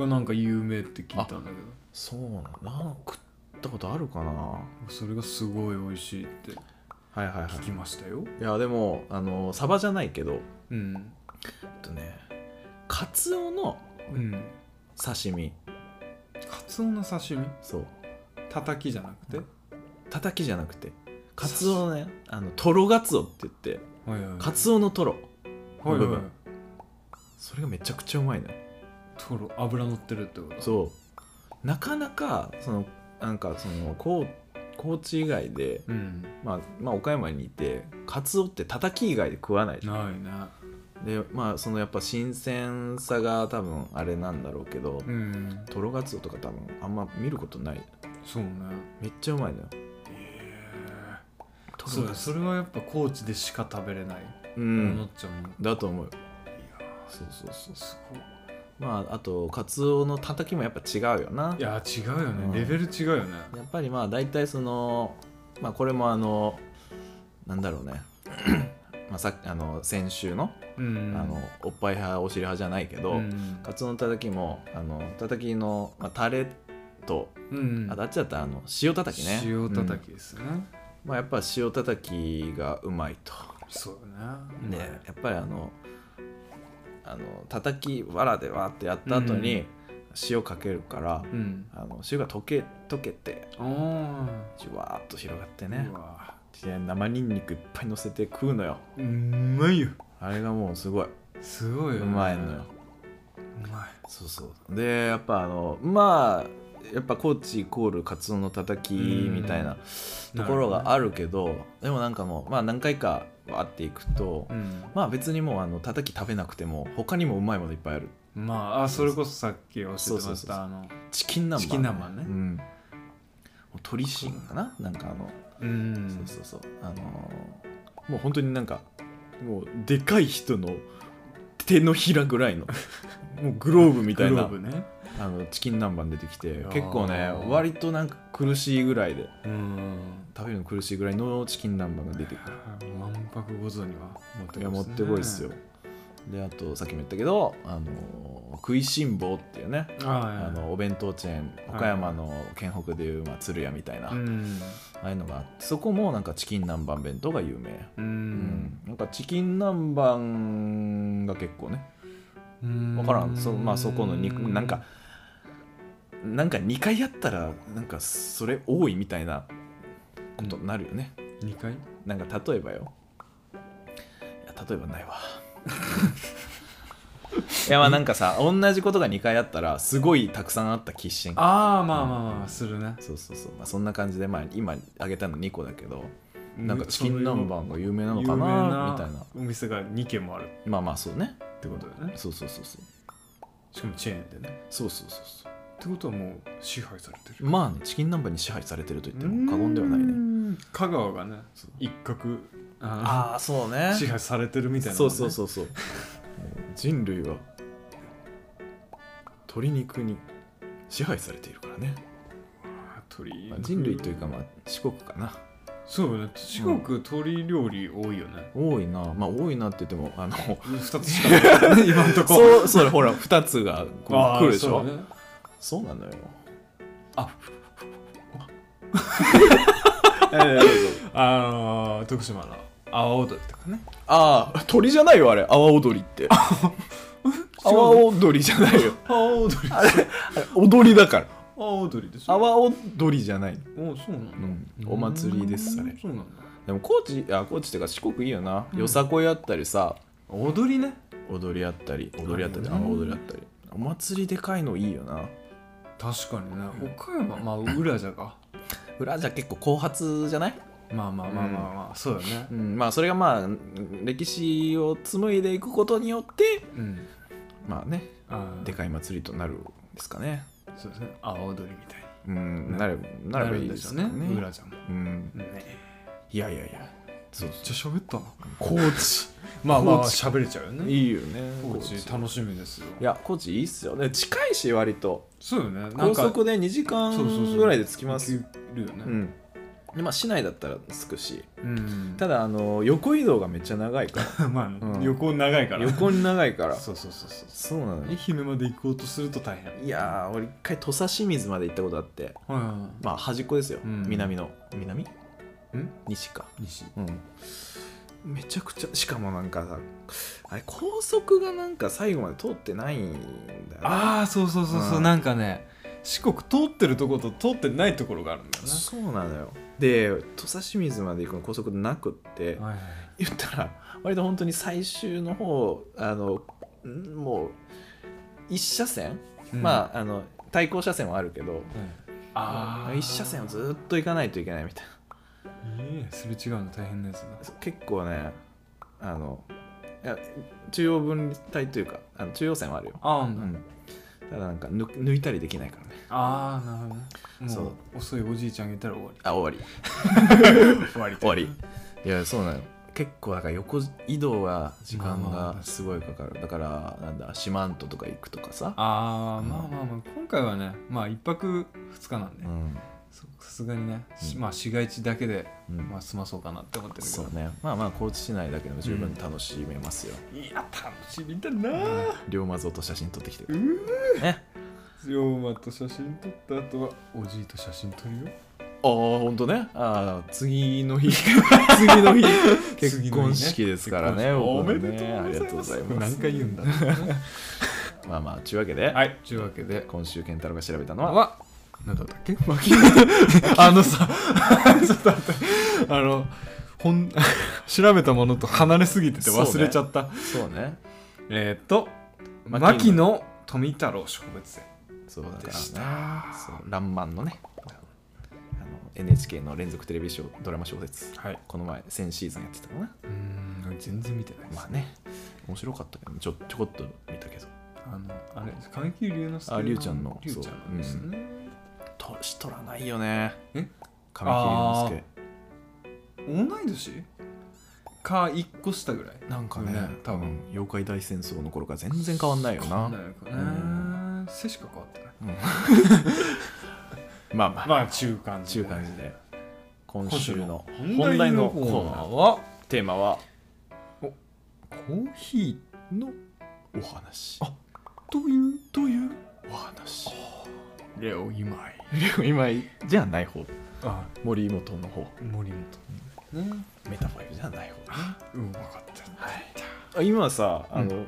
Speaker 2: がなんか有名って聞いたんだけど
Speaker 1: そうなのなんか食ったことあるかなは
Speaker 2: それがすごい美味しいって
Speaker 1: いはいはい
Speaker 2: 聞きましたよ、
Speaker 1: いやでもあのサバじゃないけど
Speaker 2: うん
Speaker 1: えっとねカツオの
Speaker 2: うん
Speaker 1: 刺身
Speaker 2: カツオの刺身
Speaker 1: そう
Speaker 2: たたきじゃなくて、
Speaker 1: たたきじゃなくてカツオのねあのトロガツオって言って
Speaker 2: はいはいはい
Speaker 1: カツオのトロ
Speaker 2: はいはいはい
Speaker 1: それがめちゃくちゃうまいのよ
Speaker 2: トロ脂乗ってるってこと
Speaker 1: そうなかなかそのなんかその高高知以外で、
Speaker 2: うん
Speaker 1: まあ、まあ岡山にいてカツオってたたき以外で食わないじゃん
Speaker 2: ないね
Speaker 1: でまあそのやっぱ新鮮さが多分あれなんだろうけど、
Speaker 2: うん
Speaker 1: トロガツオとか多分あんま見ることない
Speaker 2: そうね
Speaker 1: めっちゃうまいのよト
Speaker 2: そう
Speaker 1: ロガ
Speaker 2: だ
Speaker 1: ツ
Speaker 2: そ
Speaker 1: オ
Speaker 2: れはやっぱ高知でしか食べれない
Speaker 1: うん
Speaker 2: ものっちゃもの
Speaker 1: だと思うそうそうそう
Speaker 2: すごい
Speaker 1: まああとカツオのたたきもやっぱ違うよない
Speaker 2: や違うよね、
Speaker 1: うん
Speaker 2: レベル違うよね
Speaker 1: やっぱりまあ大体そのまあこれもあのなんだろうね まあさあの先週の,、
Speaker 2: うん
Speaker 1: あのおっぱい派お尻派じゃないけど、
Speaker 2: うん
Speaker 1: カツオのたたきもあのたたきの、まあ、タレと、
Speaker 2: うん
Speaker 1: あとあっちだったらあの塩たたきね
Speaker 2: 塩たた
Speaker 1: うん
Speaker 2: きですね、
Speaker 1: まあ、やっぱ塩たたきがうまいと
Speaker 2: そうだね
Speaker 1: でやっぱりあのあの叩きわらでわーってやった後に塩かけるから、
Speaker 2: うん
Speaker 1: あの塩が溶け溶けて
Speaker 2: ああ
Speaker 1: じゅわーっと広がってね
Speaker 2: うわ
Speaker 1: で生ニンニクいっぱい乗せて食うのよ
Speaker 2: うまいよ
Speaker 1: あれがもうすごい
Speaker 2: すごいよ、ね、
Speaker 1: うまいのよ
Speaker 2: うまい
Speaker 1: そうそうでやっぱあのまあやっぱ高知イコールカツオのたたきみたいなところがあるけどでもなんかもう、まあ、何回かわーっていくと、
Speaker 2: うん
Speaker 1: まあ別にもうあのたたき食べなくても他にもうまいものいっぱいある
Speaker 2: まああそれこそさっきおっしゃって
Speaker 1: そ
Speaker 2: ま
Speaker 1: う
Speaker 2: し
Speaker 1: そうそう
Speaker 2: たあの
Speaker 1: チキン南蛮、
Speaker 2: チキン南蛮ね
Speaker 1: うん、もう鶏芯かななんかあの、
Speaker 2: うん
Speaker 1: そうそうそうあのーもう本当になんかもうでかい人の手のひらぐらいの もうグローブみたいな
Speaker 2: グローブね
Speaker 1: あのチキン南蛮出てきて
Speaker 2: あー
Speaker 1: 結構ね割となんか苦しいぐらいで
Speaker 2: うん
Speaker 1: 食べるの苦しいぐらいのチキン南蛮が出てくる
Speaker 2: 万博ご存には持って
Speaker 1: いやもってこいですよであとさっきも言ったけど、あのー食いしん坊っていうねあ
Speaker 2: あ
Speaker 1: のお弁当チェーン
Speaker 2: はい
Speaker 1: 岡山の県北でいう、まあ、鶴屋みたいな、
Speaker 2: あうん
Speaker 1: ああいうのがあってそこもなんかチキン南蛮弁当が有名、
Speaker 2: う
Speaker 1: うん
Speaker 2: ん、
Speaker 1: なんかチキン南蛮が結構ね
Speaker 2: うん
Speaker 1: 分からんそ,、まあ、そこのになんかなんか2回やったらなんかそれ多いみたいなことになるよね、
Speaker 2: 2回
Speaker 1: なんか例えばよいや例えばな いわいやまあなんかさ同じことが2回あったらすごいたくさんあったキッシング
Speaker 2: ああまあまあまあまあするね
Speaker 1: そうそうそう、まあ、そんな感じで、まあ、今あげたの2個だけど
Speaker 2: うん
Speaker 1: なんかチキン南蛮が有名なのか
Speaker 2: 有名
Speaker 1: なみたいな
Speaker 2: お店が2軒もあるっ
Speaker 1: まあまあそうね
Speaker 2: てことだよね
Speaker 1: そうそうそうそう
Speaker 2: しかもチェーンでね
Speaker 1: そうそうそうそ
Speaker 2: ってことはもう支配されて
Speaker 1: う
Speaker 2: る
Speaker 1: まあねチキン南蛮に支配されてると言っても過言ではないね
Speaker 2: ね香川がね一角あ
Speaker 1: ああそう
Speaker 2: の
Speaker 1: ね
Speaker 2: 支配されてるみたいな
Speaker 1: そうそう
Speaker 2: う
Speaker 1: そうそうもう人類は鶏肉に支配されているからね、
Speaker 2: 鳥
Speaker 1: まあ人類というかまあ四国かな
Speaker 2: そうよね四国鳥料理多いよね
Speaker 1: 多いなまあ多いなって言っても あの
Speaker 2: 2つしか ない今んとこ
Speaker 1: そうそれほら2つがこ
Speaker 2: あ
Speaker 1: う
Speaker 2: ー
Speaker 1: 来るでし
Speaker 2: そ
Speaker 1: ょ
Speaker 2: うね
Speaker 1: そうなのよ。
Speaker 2: あのー徳島の阿波踊りとかね
Speaker 1: ああ、鳥じゃないよ、あれ。阿波踊り って。阿波踊りじゃないよ。
Speaker 2: 阿波踊り阿
Speaker 1: あれ、あれ踊りだから。
Speaker 2: 波踊りでし
Speaker 1: 阿
Speaker 2: ょ
Speaker 1: 波踊りじゃない。
Speaker 2: おそうなんだ
Speaker 1: うんお祭りですあれ
Speaker 2: うんそうなんだ
Speaker 1: でも、高知、あ、高知ってか四国いいよな。よさこいあったりさ、
Speaker 2: 踊りね
Speaker 1: 踊りあったり、踊りあったり、阿
Speaker 2: あるよね
Speaker 1: 波踊りあったり。お祭りでかいのいいよな。
Speaker 2: 確かにね岡山まあ裏じゃが
Speaker 1: 裏じゃ結構後発じゃない
Speaker 2: まあまあまあまあまあそうだね
Speaker 1: うん、まあそれがまあ、歴史を紡いでいくことによって、
Speaker 2: うん
Speaker 1: まあね、
Speaker 2: あー
Speaker 1: でかい祭りとなるんですかね。
Speaker 2: そうですね阿波踊りみたいに
Speaker 1: うん、なれなればいいですよね。
Speaker 2: 裏じゃんも
Speaker 1: うん、
Speaker 2: ね
Speaker 1: いやいやいや、そう
Speaker 2: じゃあ喋ったな
Speaker 1: 高知、
Speaker 2: まあまあ
Speaker 1: 高知
Speaker 2: 喋れちゃうよね
Speaker 1: いいよね。
Speaker 2: 高知
Speaker 1: い
Speaker 2: 楽しみですよ
Speaker 1: や、高知いいっすよね。近いし、割と。
Speaker 2: そうよねなんか
Speaker 1: 高速で2時間
Speaker 2: そうそうそう
Speaker 1: ぐらいで着きます。う
Speaker 2: 行けるよね
Speaker 1: ん。でまあ、市内だったら着くし、
Speaker 2: うん
Speaker 1: ただ、あの、横移動がめっちゃ長いか
Speaker 2: まあ、
Speaker 1: うん。
Speaker 2: 横長いから ら
Speaker 1: 横に長いから。
Speaker 2: そうそうそうそう
Speaker 1: そうなのよ。
Speaker 2: 愛媛まで行こうとすると大変
Speaker 1: いやー、俺一回土佐清水まで行ったことあって、
Speaker 2: は
Speaker 1: まあ、端っこですよ。
Speaker 2: うん
Speaker 1: 南の。南
Speaker 2: いん
Speaker 1: 西か。
Speaker 2: 西
Speaker 1: うん、めちゃくちゃしかもなんかさあれ高速がなんか最後まで通ってないんだよね
Speaker 2: ああそうそうそうそう、
Speaker 1: うん
Speaker 2: なんかね四国通ってるとこと通ってないところがあるんだよね
Speaker 1: そうなのよで土佐清水まで行くの高速なくって、
Speaker 2: はいはい
Speaker 1: 言ったら割と本当に最終の方あのんもう一車線、
Speaker 2: うん
Speaker 1: まああの対向車線はあるけど
Speaker 2: ああ
Speaker 1: 一車線をずっと行かないといけないみたい
Speaker 2: いいえすれ違うの大変なやつだ
Speaker 1: な結構ねあのいや中央分離帯というかあの中央線はあるよ
Speaker 2: ああ、う
Speaker 1: うん、ただなんか抜抜いたりできないからね
Speaker 2: ああなるほどねも
Speaker 1: そ
Speaker 2: う遅
Speaker 1: う
Speaker 2: いおじいちゃんがいたら終わ
Speaker 1: あ終わ
Speaker 2: り終わり
Speaker 1: り 終わりいやそうなの結構だから横移動は時間
Speaker 2: まあ
Speaker 1: が
Speaker 2: まあ
Speaker 1: すごいかかるだからなんだ四万十とか行くとかさ、
Speaker 2: ああまあまあまあ今回はねまあ一泊二日なんで
Speaker 1: うん
Speaker 2: そさすがにね、し
Speaker 1: うん
Speaker 2: まあ市街地だけで、
Speaker 1: うん
Speaker 2: まあ済まそうかなって思ってるけ
Speaker 1: そ
Speaker 2: ど
Speaker 1: うねまあまあ高知市内だけでも十分楽しめますよ、
Speaker 2: いや楽しみだな、
Speaker 1: 龍馬像と写真撮ってきて
Speaker 2: う
Speaker 1: ね
Speaker 2: 龍馬と写真撮った後はおじいと写真撮るよ
Speaker 1: ああほんとねああ次の日 次 の日結婚式ですからね
Speaker 2: お
Speaker 1: 僕
Speaker 2: めで
Speaker 1: ね
Speaker 2: とうございます
Speaker 1: ありがとうございます
Speaker 2: 何回言うんだ
Speaker 1: まあまあというわけで、
Speaker 2: はいというわけで
Speaker 1: 今週健太郎が調べたのは
Speaker 2: は何だったっけ あのさ ちょっと待ってあのほん 調べたものと離れすぎてて忘れちゃった、
Speaker 1: そうね
Speaker 2: えーっと
Speaker 1: 牧
Speaker 2: 牧
Speaker 1: 野
Speaker 2: 野富太郎植物園
Speaker 1: そうだ
Speaker 2: で
Speaker 1: か
Speaker 2: し
Speaker 1: らね
Speaker 2: た
Speaker 1: そう「らんまん」のねあの NHK の連続テレビショードラマ小説
Speaker 2: はい
Speaker 1: この前先シーズンやってたのかな
Speaker 2: うーん全然見てないです
Speaker 1: まあね面白かったけどちょちょこっと見たけど
Speaker 2: あのあれ神木隆之介
Speaker 1: あ龍ちゃんの
Speaker 2: 龍ちゃんのですね、
Speaker 1: 年取らないよね
Speaker 2: え
Speaker 1: 神木隆之
Speaker 2: 同い年か一個下ぐらい
Speaker 1: 介なんかね
Speaker 2: ね
Speaker 1: 多分妖怪大戦争の頃から全然変わんないよな
Speaker 2: だよね背しか変わってない
Speaker 1: まあまあ、
Speaker 2: まあ中間
Speaker 1: 中間時で今週の
Speaker 2: 本
Speaker 1: 本
Speaker 2: 題
Speaker 1: 題
Speaker 2: の
Speaker 1: の
Speaker 2: コ
Speaker 1: コ
Speaker 2: ー
Speaker 1: ー
Speaker 2: ナ
Speaker 1: ナ
Speaker 2: ー
Speaker 1: ー
Speaker 2: は
Speaker 1: テーマは
Speaker 2: コーヒーの
Speaker 1: お話
Speaker 2: あというという
Speaker 1: お話
Speaker 2: レオイマイ
Speaker 1: 今じゃない方
Speaker 2: あ
Speaker 1: 森本の方
Speaker 2: 森本ね
Speaker 1: メタファイルじゃない方
Speaker 2: うん分かった
Speaker 1: あ今さあの、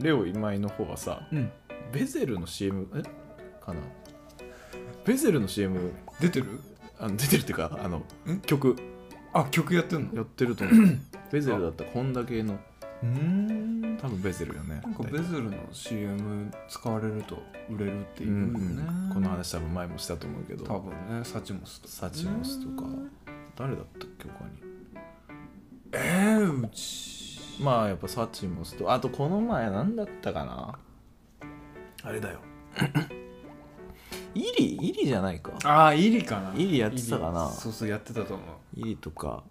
Speaker 1: レオ今井の方はさ
Speaker 2: うん
Speaker 1: ベゼルの CM えかなベゼルの CM
Speaker 2: 出てる
Speaker 1: あの出てるっていうかあの
Speaker 2: ん
Speaker 1: 曲
Speaker 2: あ曲やってんの
Speaker 1: やってると思 うベゼルだったらこんだけの
Speaker 2: うんなん
Speaker 1: 多分ベゼルよね
Speaker 2: かベゼルの CM 使われると売れるっていう
Speaker 1: う
Speaker 2: よ
Speaker 1: ん
Speaker 2: ね、
Speaker 1: うんこの話多分前もしたと思うけど
Speaker 2: 多分ねサチモスと
Speaker 1: サチモスとか誰だったっけ他に
Speaker 2: えー、うち
Speaker 1: まあやっぱサチモスとあとこの前何だったかなあれだよ イリイリじゃないか
Speaker 2: ああイリかな
Speaker 1: イリやってたかな
Speaker 2: イリそうそうやってたと思う
Speaker 1: イリとか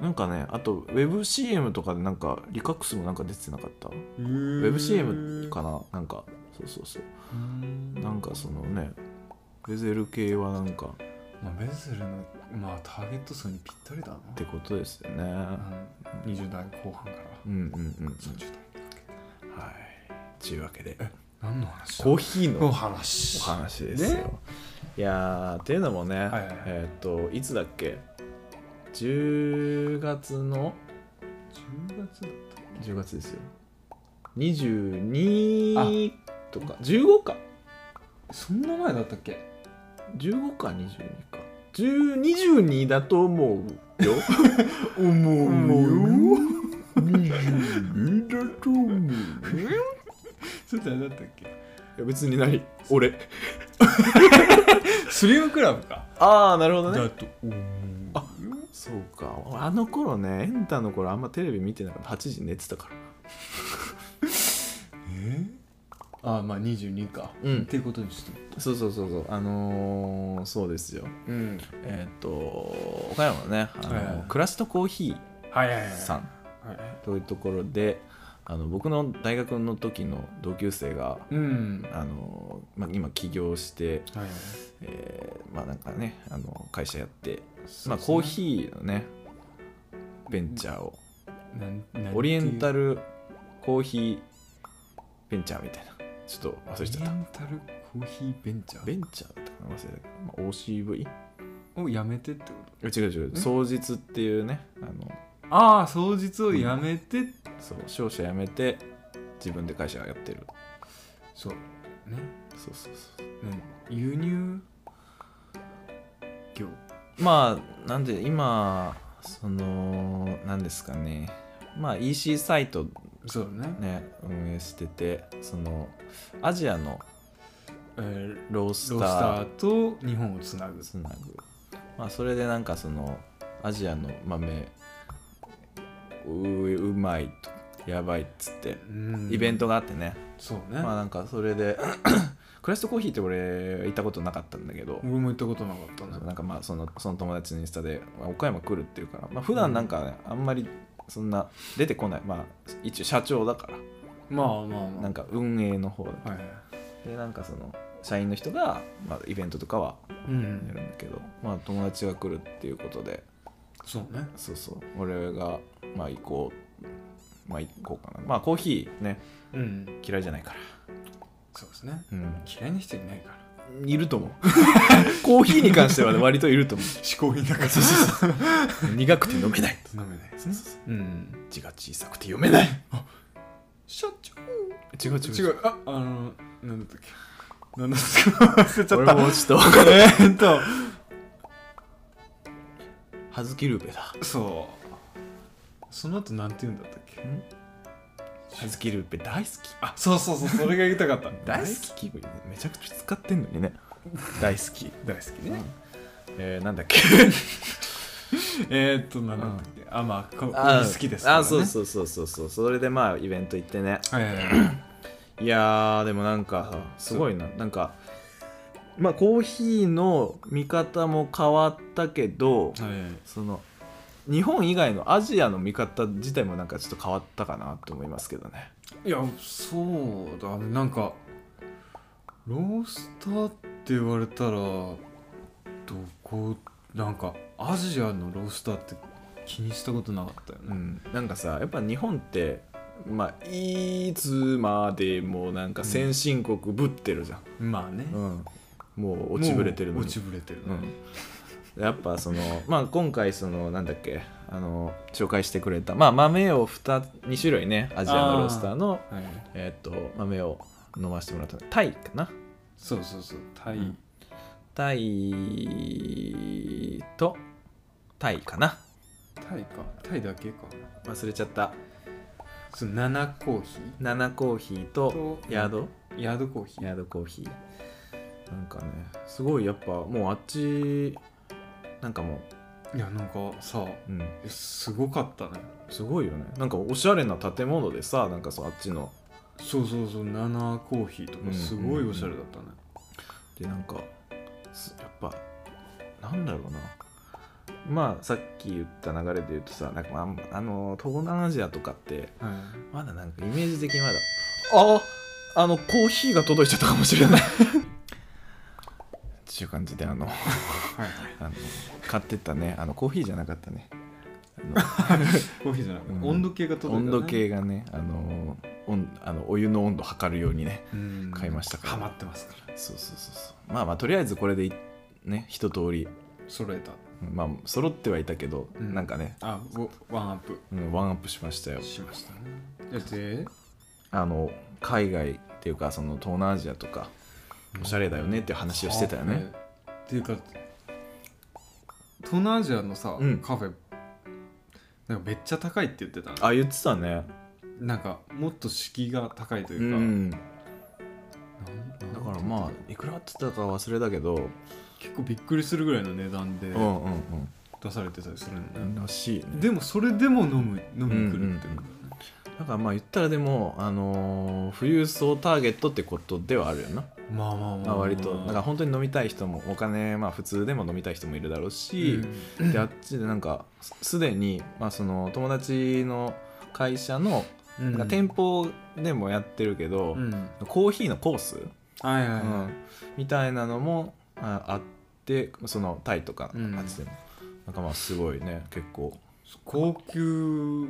Speaker 1: なんかねあと WebCM とかでなんかリカックスもなんか出てなかった
Speaker 2: ウェ
Speaker 1: WebCM かななんかそうそうそうなんかそのねベゼル系はなんかっ
Speaker 2: まあ、ベゼルの、まあ、ターゲット層にぴったりだな。
Speaker 1: てことですよね
Speaker 2: うん、20代後半から
Speaker 1: うんうんうんうん
Speaker 2: 30代にかけて。
Speaker 1: はいというわけで
Speaker 2: 何の話だ
Speaker 1: コーヒーの
Speaker 2: の話。
Speaker 1: お話ですよ、
Speaker 2: ね
Speaker 1: いやーっていうのもね、
Speaker 2: いはいはい
Speaker 1: えーっ、といつだっけ10月の
Speaker 2: 10月だったっ
Speaker 1: 10月ですよ22とか15か
Speaker 2: けそんな前だったっけ
Speaker 1: 15か22か10 22だと思うよ
Speaker 2: 思
Speaker 1: 思
Speaker 2: よ。
Speaker 1: 22だと思う
Speaker 2: それ誰だったっけ
Speaker 1: いや別に何俺
Speaker 2: スリムクラブか。
Speaker 1: ああなるほどね
Speaker 2: だと思う。
Speaker 1: あそうかあの頃ねエンタの頃あんまテレビ見てなかった8時寝てたから
Speaker 2: えああ、まあ22か。
Speaker 1: うん
Speaker 2: っていうことにして
Speaker 1: そうそうそうそうあのー、そうですよ
Speaker 2: うん。
Speaker 1: えっ、と岡山のねあの、
Speaker 2: はいはい
Speaker 1: クラシトコーヒ
Speaker 2: はいはいはい。
Speaker 1: ーさん
Speaker 2: はいはい
Speaker 1: というところであの僕の大学の時の同級生が
Speaker 2: うん。はい
Speaker 1: あの、まあ、今起業して、
Speaker 2: はい。
Speaker 1: えーまあなんかねあの会社やって、まあ、
Speaker 2: そうですね
Speaker 1: コーヒーのねベンチャーを
Speaker 2: なんなん
Speaker 1: オリエンタ
Speaker 2: ル。
Speaker 1: ルコーヒーベンチャーみたいなちょっと
Speaker 2: オ
Speaker 1: 忘れ
Speaker 2: リ
Speaker 1: ち
Speaker 2: エ
Speaker 1: ゃった
Speaker 2: ンタルコーヒーベンチャー。
Speaker 1: ベンチャーだったかな忘れたけど、まあ、OCV?
Speaker 2: をやめてってこ
Speaker 1: 違う違う双日っていうねあの
Speaker 2: とああ双日をやめて、
Speaker 1: そう商社辞めて自分で会社やってる
Speaker 2: そうね
Speaker 1: そうそうそ
Speaker 2: ね輸入業
Speaker 1: うまあなんで今そのなんですかねまあ EC サイト
Speaker 2: そうね
Speaker 1: ね運営しててそのアジアの
Speaker 2: えー
Speaker 1: ロース
Speaker 2: ロースタ
Speaker 1: ター
Speaker 2: ーと日本をつなぐ
Speaker 1: つなぐまあそれでなんかそのアジアの豆ううまいとやばいっつって
Speaker 2: うん
Speaker 1: イベントがあってね、
Speaker 2: そうね、
Speaker 1: まあなんかそ れでクラシットコーヒーって俺行ったことなかったんだけど、
Speaker 2: 俺も行ったことなかった
Speaker 1: そう
Speaker 2: な
Speaker 1: なんかまあそのその友達のインスタでまあ岡山来るっていうから、まあ普段なんかね、あんまりそんな出てこないまあ一応社長だから
Speaker 2: まあまあまあ
Speaker 1: なんか運営の方だ
Speaker 2: はいはい
Speaker 1: でなんかその社員の人が、まあ、イベントとかは
Speaker 2: う
Speaker 1: やるん
Speaker 2: ん
Speaker 1: だけど、まあ友達が来るっていうことで
Speaker 2: そうね
Speaker 1: そうそう俺がまあ行こうまあ行こうかなまあコーヒーね
Speaker 2: うん
Speaker 1: 嫌いじゃないから
Speaker 2: そうですね
Speaker 1: うん、
Speaker 2: 嫌いな人いないから
Speaker 1: いると 思うコーヒーに関してはね割といると思う
Speaker 2: 嗜好品だから
Speaker 1: そうそうそう苦くて飲め ない
Speaker 2: 飲めないです
Speaker 1: そう
Speaker 2: ね
Speaker 1: そうそう
Speaker 2: うん
Speaker 1: 字が小さくて読めない
Speaker 2: 社長
Speaker 1: 違う違
Speaker 2: 違うああのなんだったっけなんだったっけ忘れちゃっ
Speaker 1: 俺
Speaker 2: た
Speaker 1: もちょっ
Speaker 2: えーっと
Speaker 1: と葉月ルーペだ
Speaker 2: そうその後なんて言うんだったっけ
Speaker 1: 葉月ルーペ大好き
Speaker 2: あそうそうそうそれが言いたかった
Speaker 1: 大好きめちゃくちゃ使ってんのに ね大好き
Speaker 2: 大好きね
Speaker 1: えー、なんだ っけ
Speaker 2: えーっとなんだったっけあまあこ
Speaker 1: あ
Speaker 2: 好きですからね
Speaker 1: あそうそうそうそうそうそれでまあイベント行ってね
Speaker 2: はいはいはい
Speaker 1: いやーでもなんかさすごいななんかまあコーヒーの見方も変わったけど、
Speaker 2: はい
Speaker 1: その日本以外のアジアの見方自体もなんかちょっと変わったかなと思いますけどね
Speaker 2: いやそうだねなんかロースターって言われたらどこなんかアジアのロースターって気にしたことなかったよ
Speaker 1: う
Speaker 2: ね、
Speaker 1: んなんかさやっぱ日本ってまあいつまでもなんか先進国ぶってるじゃん、
Speaker 2: まあね、
Speaker 1: うんもう落ちぶれてる
Speaker 2: も
Speaker 1: の
Speaker 2: う
Speaker 1: に
Speaker 2: 落ちぶれてる、
Speaker 1: うん、やっぱそのまあ今回そのなんだっけあの紹介してくれたまあ豆を 2, 2種類ねアジアのロースターの
Speaker 2: はい
Speaker 1: えーっと豆を飲ませてもらったタイかな
Speaker 2: そうそうそうタイ、
Speaker 1: うんタイとタイかな
Speaker 2: タイかタイだけか
Speaker 1: 忘れちゃった
Speaker 2: そう7コーヒ
Speaker 1: ナナコーヒーと
Speaker 2: と
Speaker 1: ヤード
Speaker 2: ーヤードコーヒー
Speaker 1: ヤードコーヒーなんかねすごいやっぱもうあっちなんかも
Speaker 2: いやなんかさ
Speaker 1: う、うん、
Speaker 2: えすごかったね
Speaker 1: すごいよねなんかおしゃれな建物でさなんかそうあっちの
Speaker 2: そうそうそう7コーヒーとかすごいおしゃれだったね、
Speaker 1: でなんかすやっぱなんだろうなまあさっき言った流れで言うとさなんかまああの東南アジアとかって
Speaker 2: はい
Speaker 1: まだなんかイメージ的にまだああのコーヒーが届いちゃったかもしれないっていう感じであの
Speaker 2: はいはい
Speaker 1: あの買ってったねあのコーヒーじゃなかったね
Speaker 2: コーヒーじゃなくて、
Speaker 1: うん
Speaker 2: 温度計が届い
Speaker 1: 温
Speaker 2: た、ね、
Speaker 1: 度計がねあの温あのお湯の温度測るようにね
Speaker 2: うん
Speaker 1: 買いましたから
Speaker 2: ハマってますから
Speaker 1: そうそうそうそうまあまあとりあえずこれでいね一通り
Speaker 2: 揃えた
Speaker 1: まあ揃ってはいたけど、
Speaker 2: うん
Speaker 1: なんかね
Speaker 2: あごワンアップ
Speaker 1: うん、ワンアップしましたよ
Speaker 2: しましたねだって
Speaker 1: あの海外っていうかその東南アジアとかおしゃれだよねっていう話をしてたよね、
Speaker 2: カフェっていうか東南アジアのさ、
Speaker 1: うん
Speaker 2: カフェなんかめっちゃ高いって言ってた
Speaker 1: あ言ってたね
Speaker 2: なんかもっと敷居が高いといううか、
Speaker 1: んだ
Speaker 2: なんなん
Speaker 1: からまあいくらって言ったか忘れたけど
Speaker 2: 結構びっくりするぐらいの値段で
Speaker 1: うんうん
Speaker 2: 出されてたりするんだ
Speaker 1: う
Speaker 2: よ
Speaker 1: ん
Speaker 2: ね、
Speaker 1: らしいね
Speaker 2: でもそれでも飲む飲みに来るってことだよね、
Speaker 1: だからまあ言ったらでもあのー富裕層ターゲットってことではあるよな、
Speaker 2: まあまあまあ、
Speaker 1: まあ、割とだから本当に飲みたい人もお金まあ普通でも飲みたい人もいるだろうし、であっちでなんかすすでに、まあ、その友達の会社の
Speaker 2: うん
Speaker 1: なんか店舗でもやってるけど、
Speaker 2: うん
Speaker 1: コーヒーのコース、
Speaker 2: はいはい、
Speaker 1: う
Speaker 2: は
Speaker 1: んみたいなのもああってそのタイとか
Speaker 2: うん
Speaker 1: あっちでも、なんかまあすごいね結構、
Speaker 2: い、高級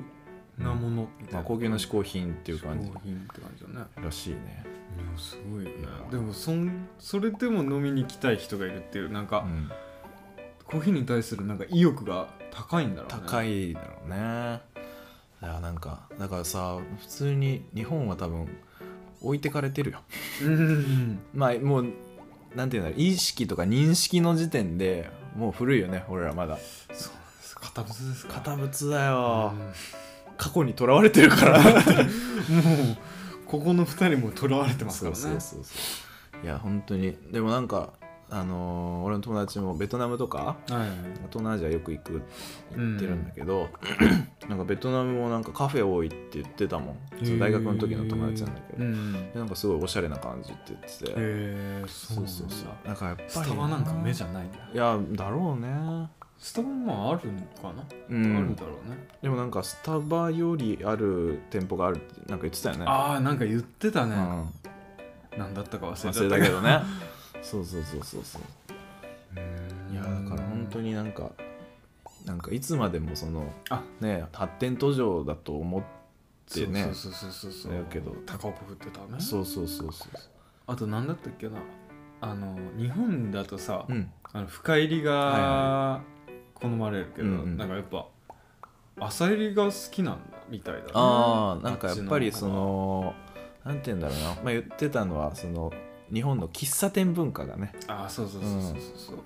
Speaker 2: なものみたいな、
Speaker 1: まあ、高級な嗜好品っていう感じ
Speaker 2: 高品って感じだね
Speaker 1: らしいね、
Speaker 2: いやすごいよね
Speaker 1: うん
Speaker 2: でもそんそれでも飲みに来たい人がいるっていうなんか、
Speaker 1: うん
Speaker 2: コーヒーに対するなんか意欲が高いんだろうね
Speaker 1: 高
Speaker 2: い
Speaker 1: いだろうねいやなんかだからさ普通に日本は多分置いてかれてるよ
Speaker 2: うん
Speaker 1: まあもうなんていうんだろう意識とか認識の時点でもう古いよね俺らまだ
Speaker 2: そうなんです堅物ですか
Speaker 1: 堅物だよ、
Speaker 2: うんも
Speaker 1: 過去にとらわれてるから
Speaker 2: うここの二人もとらわれてますからね
Speaker 1: そうそうそうそういや本当にでもなんかあのー俺の友達もベトナムとか
Speaker 2: はいはい
Speaker 1: 東南アジアよく行く行ってるんだけど、なんかベトナムもなんかカフェ多いって言ってたもんその大学の時の友達なんだけど、
Speaker 2: へーうん
Speaker 1: でなんかすごいおしゃれな感じって言ってて、
Speaker 2: へえそ
Speaker 1: そうう
Speaker 2: そ
Speaker 1: そう
Speaker 2: う
Speaker 1: そ
Speaker 2: そう
Speaker 1: うなんかやっぱり
Speaker 2: スタバなんか目じゃないんだ
Speaker 1: いやだろうね
Speaker 2: スタバもあるのかな、
Speaker 1: うん
Speaker 2: あるだろうね
Speaker 1: でもなんかスタバよりある店舗があるってなんか言ってたよね
Speaker 2: ああなんか言ってた
Speaker 1: う
Speaker 2: ね、
Speaker 1: ん、
Speaker 2: なんだったか忘れちゃった
Speaker 1: 忘れたけどねそうそうそうそうそう
Speaker 2: うん
Speaker 1: いやだから本当になんかなんかいつまでもその
Speaker 2: あ
Speaker 1: ね発展途上だと思ってね
Speaker 2: そうそうそうそうそう
Speaker 1: だけど
Speaker 2: 高をくぐってたね
Speaker 1: そうそうそうそう
Speaker 2: あと何だったっけなあの日本だとさ、
Speaker 1: うん
Speaker 2: あの深入りが好まれるけど、
Speaker 1: うんうん
Speaker 2: なんかやっぱ浅入りが好きなんだみたいだね
Speaker 1: ああ
Speaker 2: あ
Speaker 1: なんかやっぱり
Speaker 2: ち
Speaker 1: そのなんて言うんだろうな、まあ、言ってたのはその日本の喫茶店文化がね、
Speaker 2: ああそうそうそうそうそう、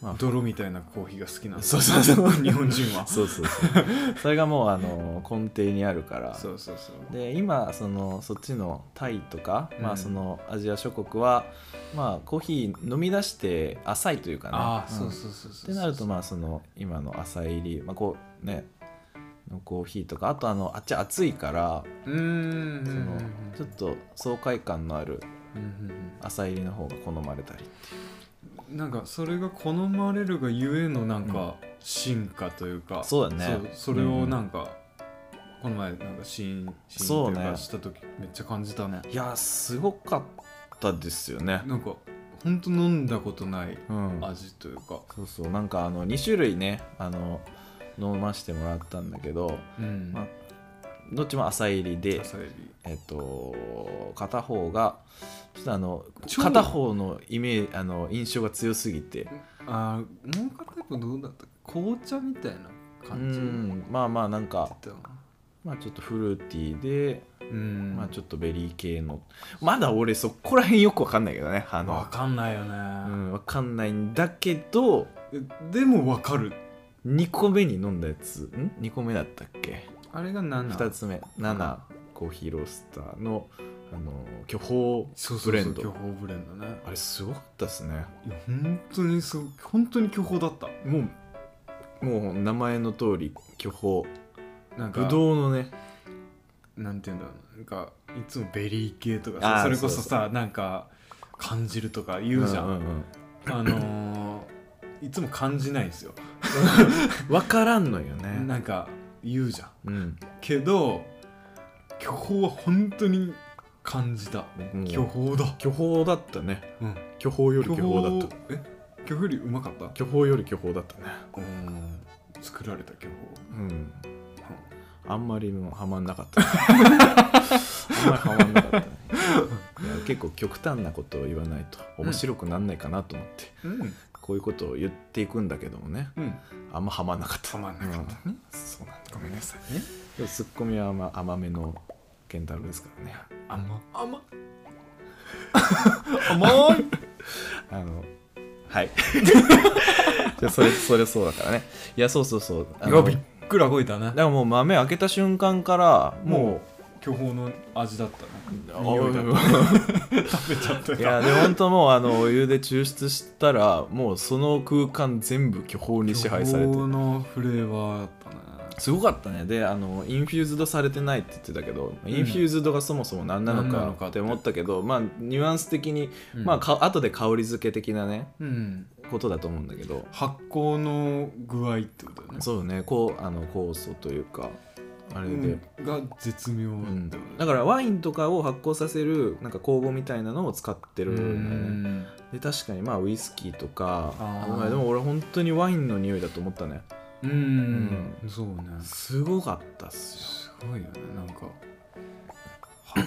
Speaker 1: まあ、
Speaker 2: 泥みたいなコーヒーが好きなんだ
Speaker 1: そうそうそう
Speaker 2: 日本 人は
Speaker 1: そうそうそうそれがもうあの根底にあるから
Speaker 2: そうそうそう
Speaker 1: で今そのそっちのタイとか、
Speaker 2: うん
Speaker 1: まあ、そのアジア諸国は、まあ、コーヒー飲み出して浅いというかね
Speaker 2: ああ、
Speaker 1: ん
Speaker 2: そうそうそう
Speaker 1: っ
Speaker 2: そう
Speaker 1: てなるとまあその今の浅い入り、まあ、こうねのコーヒーとかあとあのあっち暑いから
Speaker 2: うーん
Speaker 1: そのちょっと爽快感のある
Speaker 2: うんうん
Speaker 1: 浅入りの方が好まれたり
Speaker 2: うんなんかそれが好まれるがゆえのなんか進化というか、
Speaker 1: そうだね
Speaker 2: そうそれをなんか、この前なんかシーンシーンってい
Speaker 1: そう
Speaker 2: う
Speaker 1: ね
Speaker 2: かした時めっちゃ感じたね
Speaker 1: いやーすごかったですよね
Speaker 2: なんかほんと飲んだことない
Speaker 1: うん
Speaker 2: 味というか、
Speaker 1: そうそうなんかあの2種類ねあの飲ましてもらったんだけど
Speaker 2: うん
Speaker 1: まあどっちも浅入りで
Speaker 2: 朝エビ
Speaker 1: えっと片方がちょっとあの
Speaker 2: 超
Speaker 1: 片方のイメージあの印象が強すぎて
Speaker 2: あーもう片方どうだった紅茶みたいな
Speaker 1: う
Speaker 2: 感じ
Speaker 1: んまあまあなんか
Speaker 2: だったな
Speaker 1: まあちょっとフルーティーで、
Speaker 2: うん
Speaker 1: まあち
Speaker 2: ょっ
Speaker 1: ょっとベリー系のまだ俺そこら辺よくわかんないけどねあの
Speaker 2: わかんないよね、
Speaker 1: うん、わかんないんだけど
Speaker 2: えでもわかる
Speaker 1: 2個目に飲んだやつん2個目だったっけ
Speaker 2: あれが7
Speaker 1: 2つ目7コーヒーロースターのあの巨峰
Speaker 2: そうそうそう
Speaker 1: ブレンド
Speaker 2: 巨峰ブレンドね
Speaker 1: あれすごかったですね
Speaker 2: いや本当にすごい本当に巨峰だった
Speaker 1: もうもう名前の通り巨峰
Speaker 2: なんか
Speaker 1: ぶどうのね
Speaker 2: なんていうんだろうななんかいつもベリー系とか
Speaker 1: あ
Speaker 2: さ
Speaker 1: ー
Speaker 2: それこそ
Speaker 1: そう
Speaker 2: さなんか感じるとか言うじゃん、
Speaker 1: うんうん
Speaker 2: あのー、いつも感じないんですよ
Speaker 1: うんわからんのよね
Speaker 2: なんか言うじゃん
Speaker 1: うん
Speaker 2: けど巨峰は本当に感じた
Speaker 1: もう
Speaker 2: 巨峰だ、
Speaker 1: 巨峰だったね
Speaker 2: うん、
Speaker 1: 巨峰より
Speaker 2: 巨
Speaker 1: 巨
Speaker 2: 峰
Speaker 1: 峰だった
Speaker 2: え巨峰よりうまかった
Speaker 1: 巨峰より巨峰だったね
Speaker 2: うん作られた巨峰
Speaker 1: うんあんまりもうハマんな かった、あんまりハマんなかった、ね、いや結構極端なことを言わないと面白くなんないかなと思って、
Speaker 2: うん
Speaker 1: こういうことを言っていくんだけどもね
Speaker 2: うん
Speaker 1: あんまハマんなかった
Speaker 2: たまんなかったね、
Speaker 1: うんそうなんだ
Speaker 2: ごめんなさいね
Speaker 1: でもツッコミは甘甘めの健太郎ですからね
Speaker 2: 甘 甘甘い
Speaker 1: あのはいじゃあそれそれそうだからねいやそうそうそうあのだ
Speaker 2: くらこいたな
Speaker 1: からもう豆開けた瞬間からも
Speaker 2: 巨峰の味だった
Speaker 1: う、
Speaker 2: な匂いだっ
Speaker 1: あ
Speaker 2: た食べちゃった
Speaker 1: いやで本当もうあのお湯で抽出したらもうその空間全部巨峰に支配されて
Speaker 2: 巨峰のフレーバーだったね
Speaker 1: すごかったねであのインフューズドされてないって言ってたけど、
Speaker 2: ん
Speaker 1: インフューズドがそもそも何な
Speaker 2: 何な
Speaker 1: の
Speaker 2: の
Speaker 1: か
Speaker 2: か
Speaker 1: っ
Speaker 2: ってて
Speaker 1: 思ったけどまあニュアンス的に、
Speaker 2: うん
Speaker 1: まあか後で香り付け的なね
Speaker 2: うん
Speaker 1: ことだと思うんだけど
Speaker 2: 発酵の具合ってことだよね
Speaker 1: そうねこうあの酵素というかあれで、うん
Speaker 2: うんが絶妙だよね
Speaker 1: だからワインとかを発酵させるなんか酵母みたいなのを使って
Speaker 2: う
Speaker 1: る
Speaker 2: ん
Speaker 1: だよね
Speaker 2: ん
Speaker 1: で確かにまあウイスキーとか
Speaker 2: あー
Speaker 1: あの前でも俺本当にワインの匂いだと思ったね
Speaker 2: うんそうね
Speaker 1: すごかったっす
Speaker 2: すごいよねなんかは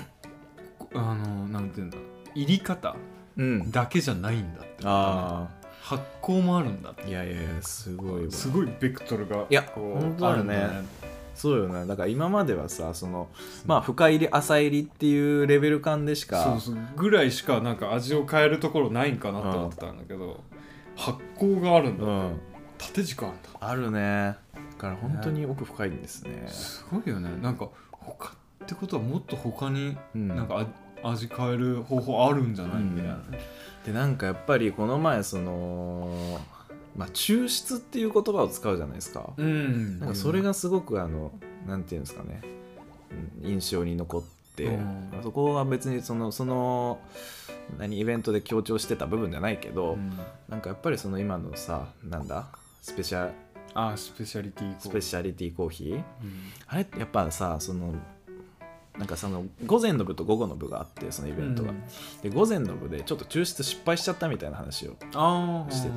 Speaker 2: あのなんていうんだ入り方
Speaker 1: ようん
Speaker 2: だけじゃないんだって
Speaker 1: あ
Speaker 2: 発酵もあるんだって
Speaker 1: あいやいやいやすごいわ
Speaker 2: すごいベクトルが
Speaker 1: いや
Speaker 2: こう
Speaker 1: 本当だよね
Speaker 2: あるん
Speaker 1: そうよねだから今まではさそのまあ深入り浅入りっていうレベル感でし
Speaker 2: そ
Speaker 1: か
Speaker 2: うそうぐらいしかなんか味を変えるところないんかなと思ってたんだけど、発酵があるんだ、
Speaker 1: うん
Speaker 2: 縦軸あるんだ
Speaker 1: あるねだから本当に奥深いんですね
Speaker 2: すごいよねなんか他ってことはもっと他に
Speaker 1: うん
Speaker 2: なんかあ味変える方法あるんじゃないみたいな、
Speaker 1: でなんかやっぱりこの前そのまあ抽出っていう言葉を使うじゃないですか
Speaker 2: うん
Speaker 1: なんかそれがすごくあのなんていうんですかねうん印象に残って、
Speaker 2: うん
Speaker 1: そこは別にそのその何イベントで強調してた部分じゃないけど、
Speaker 2: うん
Speaker 1: なんかやっぱりその今のさなんだスペシャ
Speaker 2: あスペシャリティ
Speaker 1: スペシャリティコーヒ
Speaker 2: う
Speaker 1: ー
Speaker 2: ん
Speaker 1: あれやっぱさそのなんかその午前の部と午後の部があってそのイベントが、
Speaker 2: うん
Speaker 1: で午前の部でちょっと抽出失敗しちゃったみたいな話をや
Speaker 2: ああ
Speaker 1: してた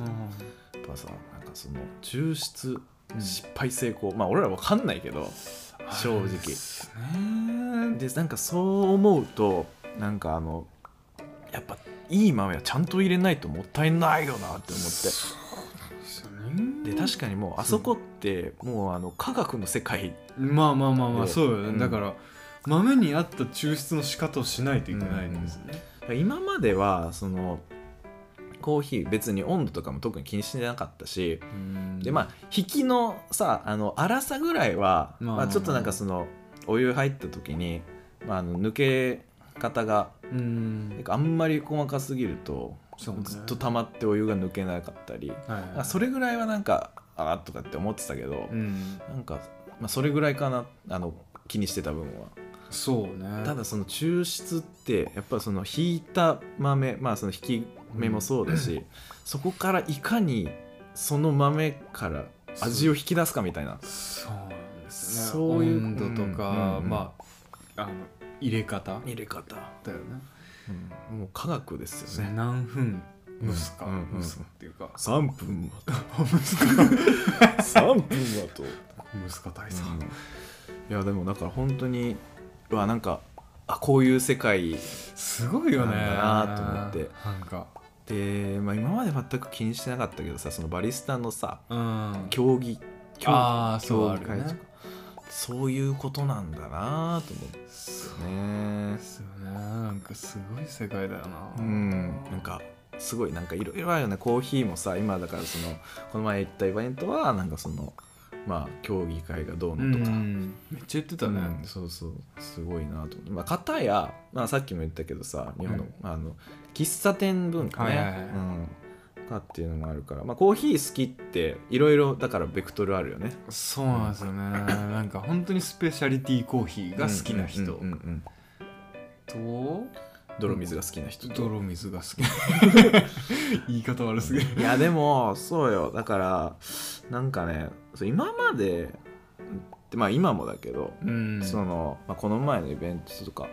Speaker 1: っぱさなんかその抽出失敗成功、まあ俺らわかんないけど正直
Speaker 2: ですね
Speaker 1: でなんかそう思うとなんかあのやっぱいい豆はちゃんと入れないともったいないよなって思ってで確かにもうあそこってもうあの科学の世界
Speaker 2: まあまあまあまあ
Speaker 1: で
Speaker 2: そうよね、
Speaker 1: うん
Speaker 2: だから豆に合った抽出の仕方をしないといけないんですね、
Speaker 1: 今まではそのコーヒー別に温度とかも特に気にしてなかったしでまあ引きのさあの粗さぐらいは、
Speaker 2: まあ
Speaker 1: まあ、ちょっとなんかそのお湯入った時に、まあ、あの抜け方が
Speaker 2: あうん
Speaker 1: なんかあんまり細かすぎると
Speaker 2: そうね
Speaker 1: ずっと溜まってお湯が抜けなかったり、
Speaker 2: はいはい
Speaker 1: あそれぐらいはなんかあーとかって思ってたけど、
Speaker 2: うん
Speaker 1: なんか、まあ、それぐらいかなあの気にしてた部分は。
Speaker 2: そうね
Speaker 1: ただその抽出ってやっぱその引いた豆まあその引き目もそうだし、そこからいかにその豆から味を引き出すかみたいな
Speaker 2: そうなんですよね
Speaker 1: そういう
Speaker 2: 温度とか、
Speaker 1: うんうん
Speaker 2: まああの入れ方
Speaker 1: 入れ方、
Speaker 2: だよね
Speaker 1: もう科学ですよね
Speaker 2: 何分蒸すか、
Speaker 1: うんうんうん
Speaker 2: 蒸すっていうか
Speaker 1: 3分は
Speaker 2: 蒸すか
Speaker 1: と3分はと、
Speaker 2: 蒸すか大佐、
Speaker 1: うんいやでもだから本当にうわなんかあこういう世界
Speaker 2: すごいよね
Speaker 1: なんだなと思って
Speaker 2: なんか
Speaker 1: で、まあ、今まで全く気にしてなかったけどさそのバリスタのさ
Speaker 2: うん
Speaker 1: 競技競
Speaker 2: あーそうあるね
Speaker 1: 会とかそういうことなんだなと思って
Speaker 2: そう
Speaker 1: ね
Speaker 2: ですよねなんかすごい世界だよな
Speaker 1: うんなんかすごいなんかいろいろあるよねコーヒーもさ今だからそのこの前行ったイベントはなんかそのまあ競技会がどう
Speaker 2: う
Speaker 1: のとか、
Speaker 2: んめっちゃ言ってたね、
Speaker 1: うんそうそうすごいなと思って、まあ、片や、まあ、さっきも言ったけどさ日本の,、
Speaker 2: うん
Speaker 1: まあ、あの喫茶店文化ね、
Speaker 2: はいはいはい
Speaker 1: うんとかっていうのもあるから、まあ、コーヒー好きっていろいろだからベクトルあるよね
Speaker 2: そうなんですよねなんか本当にスペシャリティコーヒーが好きな人
Speaker 1: うんうんうんうん
Speaker 2: と
Speaker 1: 泥水が好きな人と、
Speaker 2: 泥水が好き 言い方悪すぎる
Speaker 1: いやでもそうよだからなんかねそう今まででまあ今もだけど、
Speaker 2: うん
Speaker 1: そのまあ、この前のイベントとか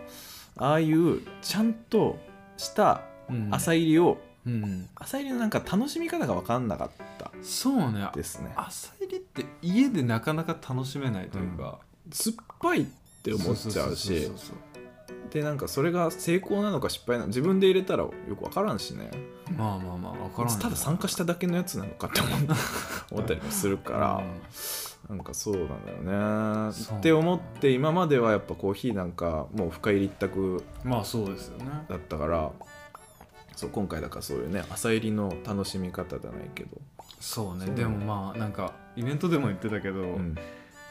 Speaker 1: ああいうちゃんとした
Speaker 2: うん
Speaker 1: 朝入りを、
Speaker 2: うん
Speaker 1: 朝入りのなんか楽しみ方が分かんなかった
Speaker 2: そうね
Speaker 1: ですね
Speaker 2: 朝入りって家でなかなか楽しめないというか、
Speaker 1: 酸っぱいって思っちゃうし
Speaker 2: そうそうそうそ
Speaker 1: でなんかそれが成功なのか失敗なのか自分で入れたらよく分からんしね
Speaker 2: うまあまあまあ分からん
Speaker 1: ただ参加しただけのやつなのかって思う思ったりもするから、なんかそうなんだよね
Speaker 2: そう
Speaker 1: って思って今まではやっぱコーヒーなんかもう深入り一択
Speaker 2: らまあそうですよね
Speaker 1: だったからそう今回だからそういうね朝入りの楽しみ方じゃないけど、
Speaker 2: そうね
Speaker 1: そう
Speaker 2: でもまあなんかイベントでも言ってたけど、
Speaker 1: うん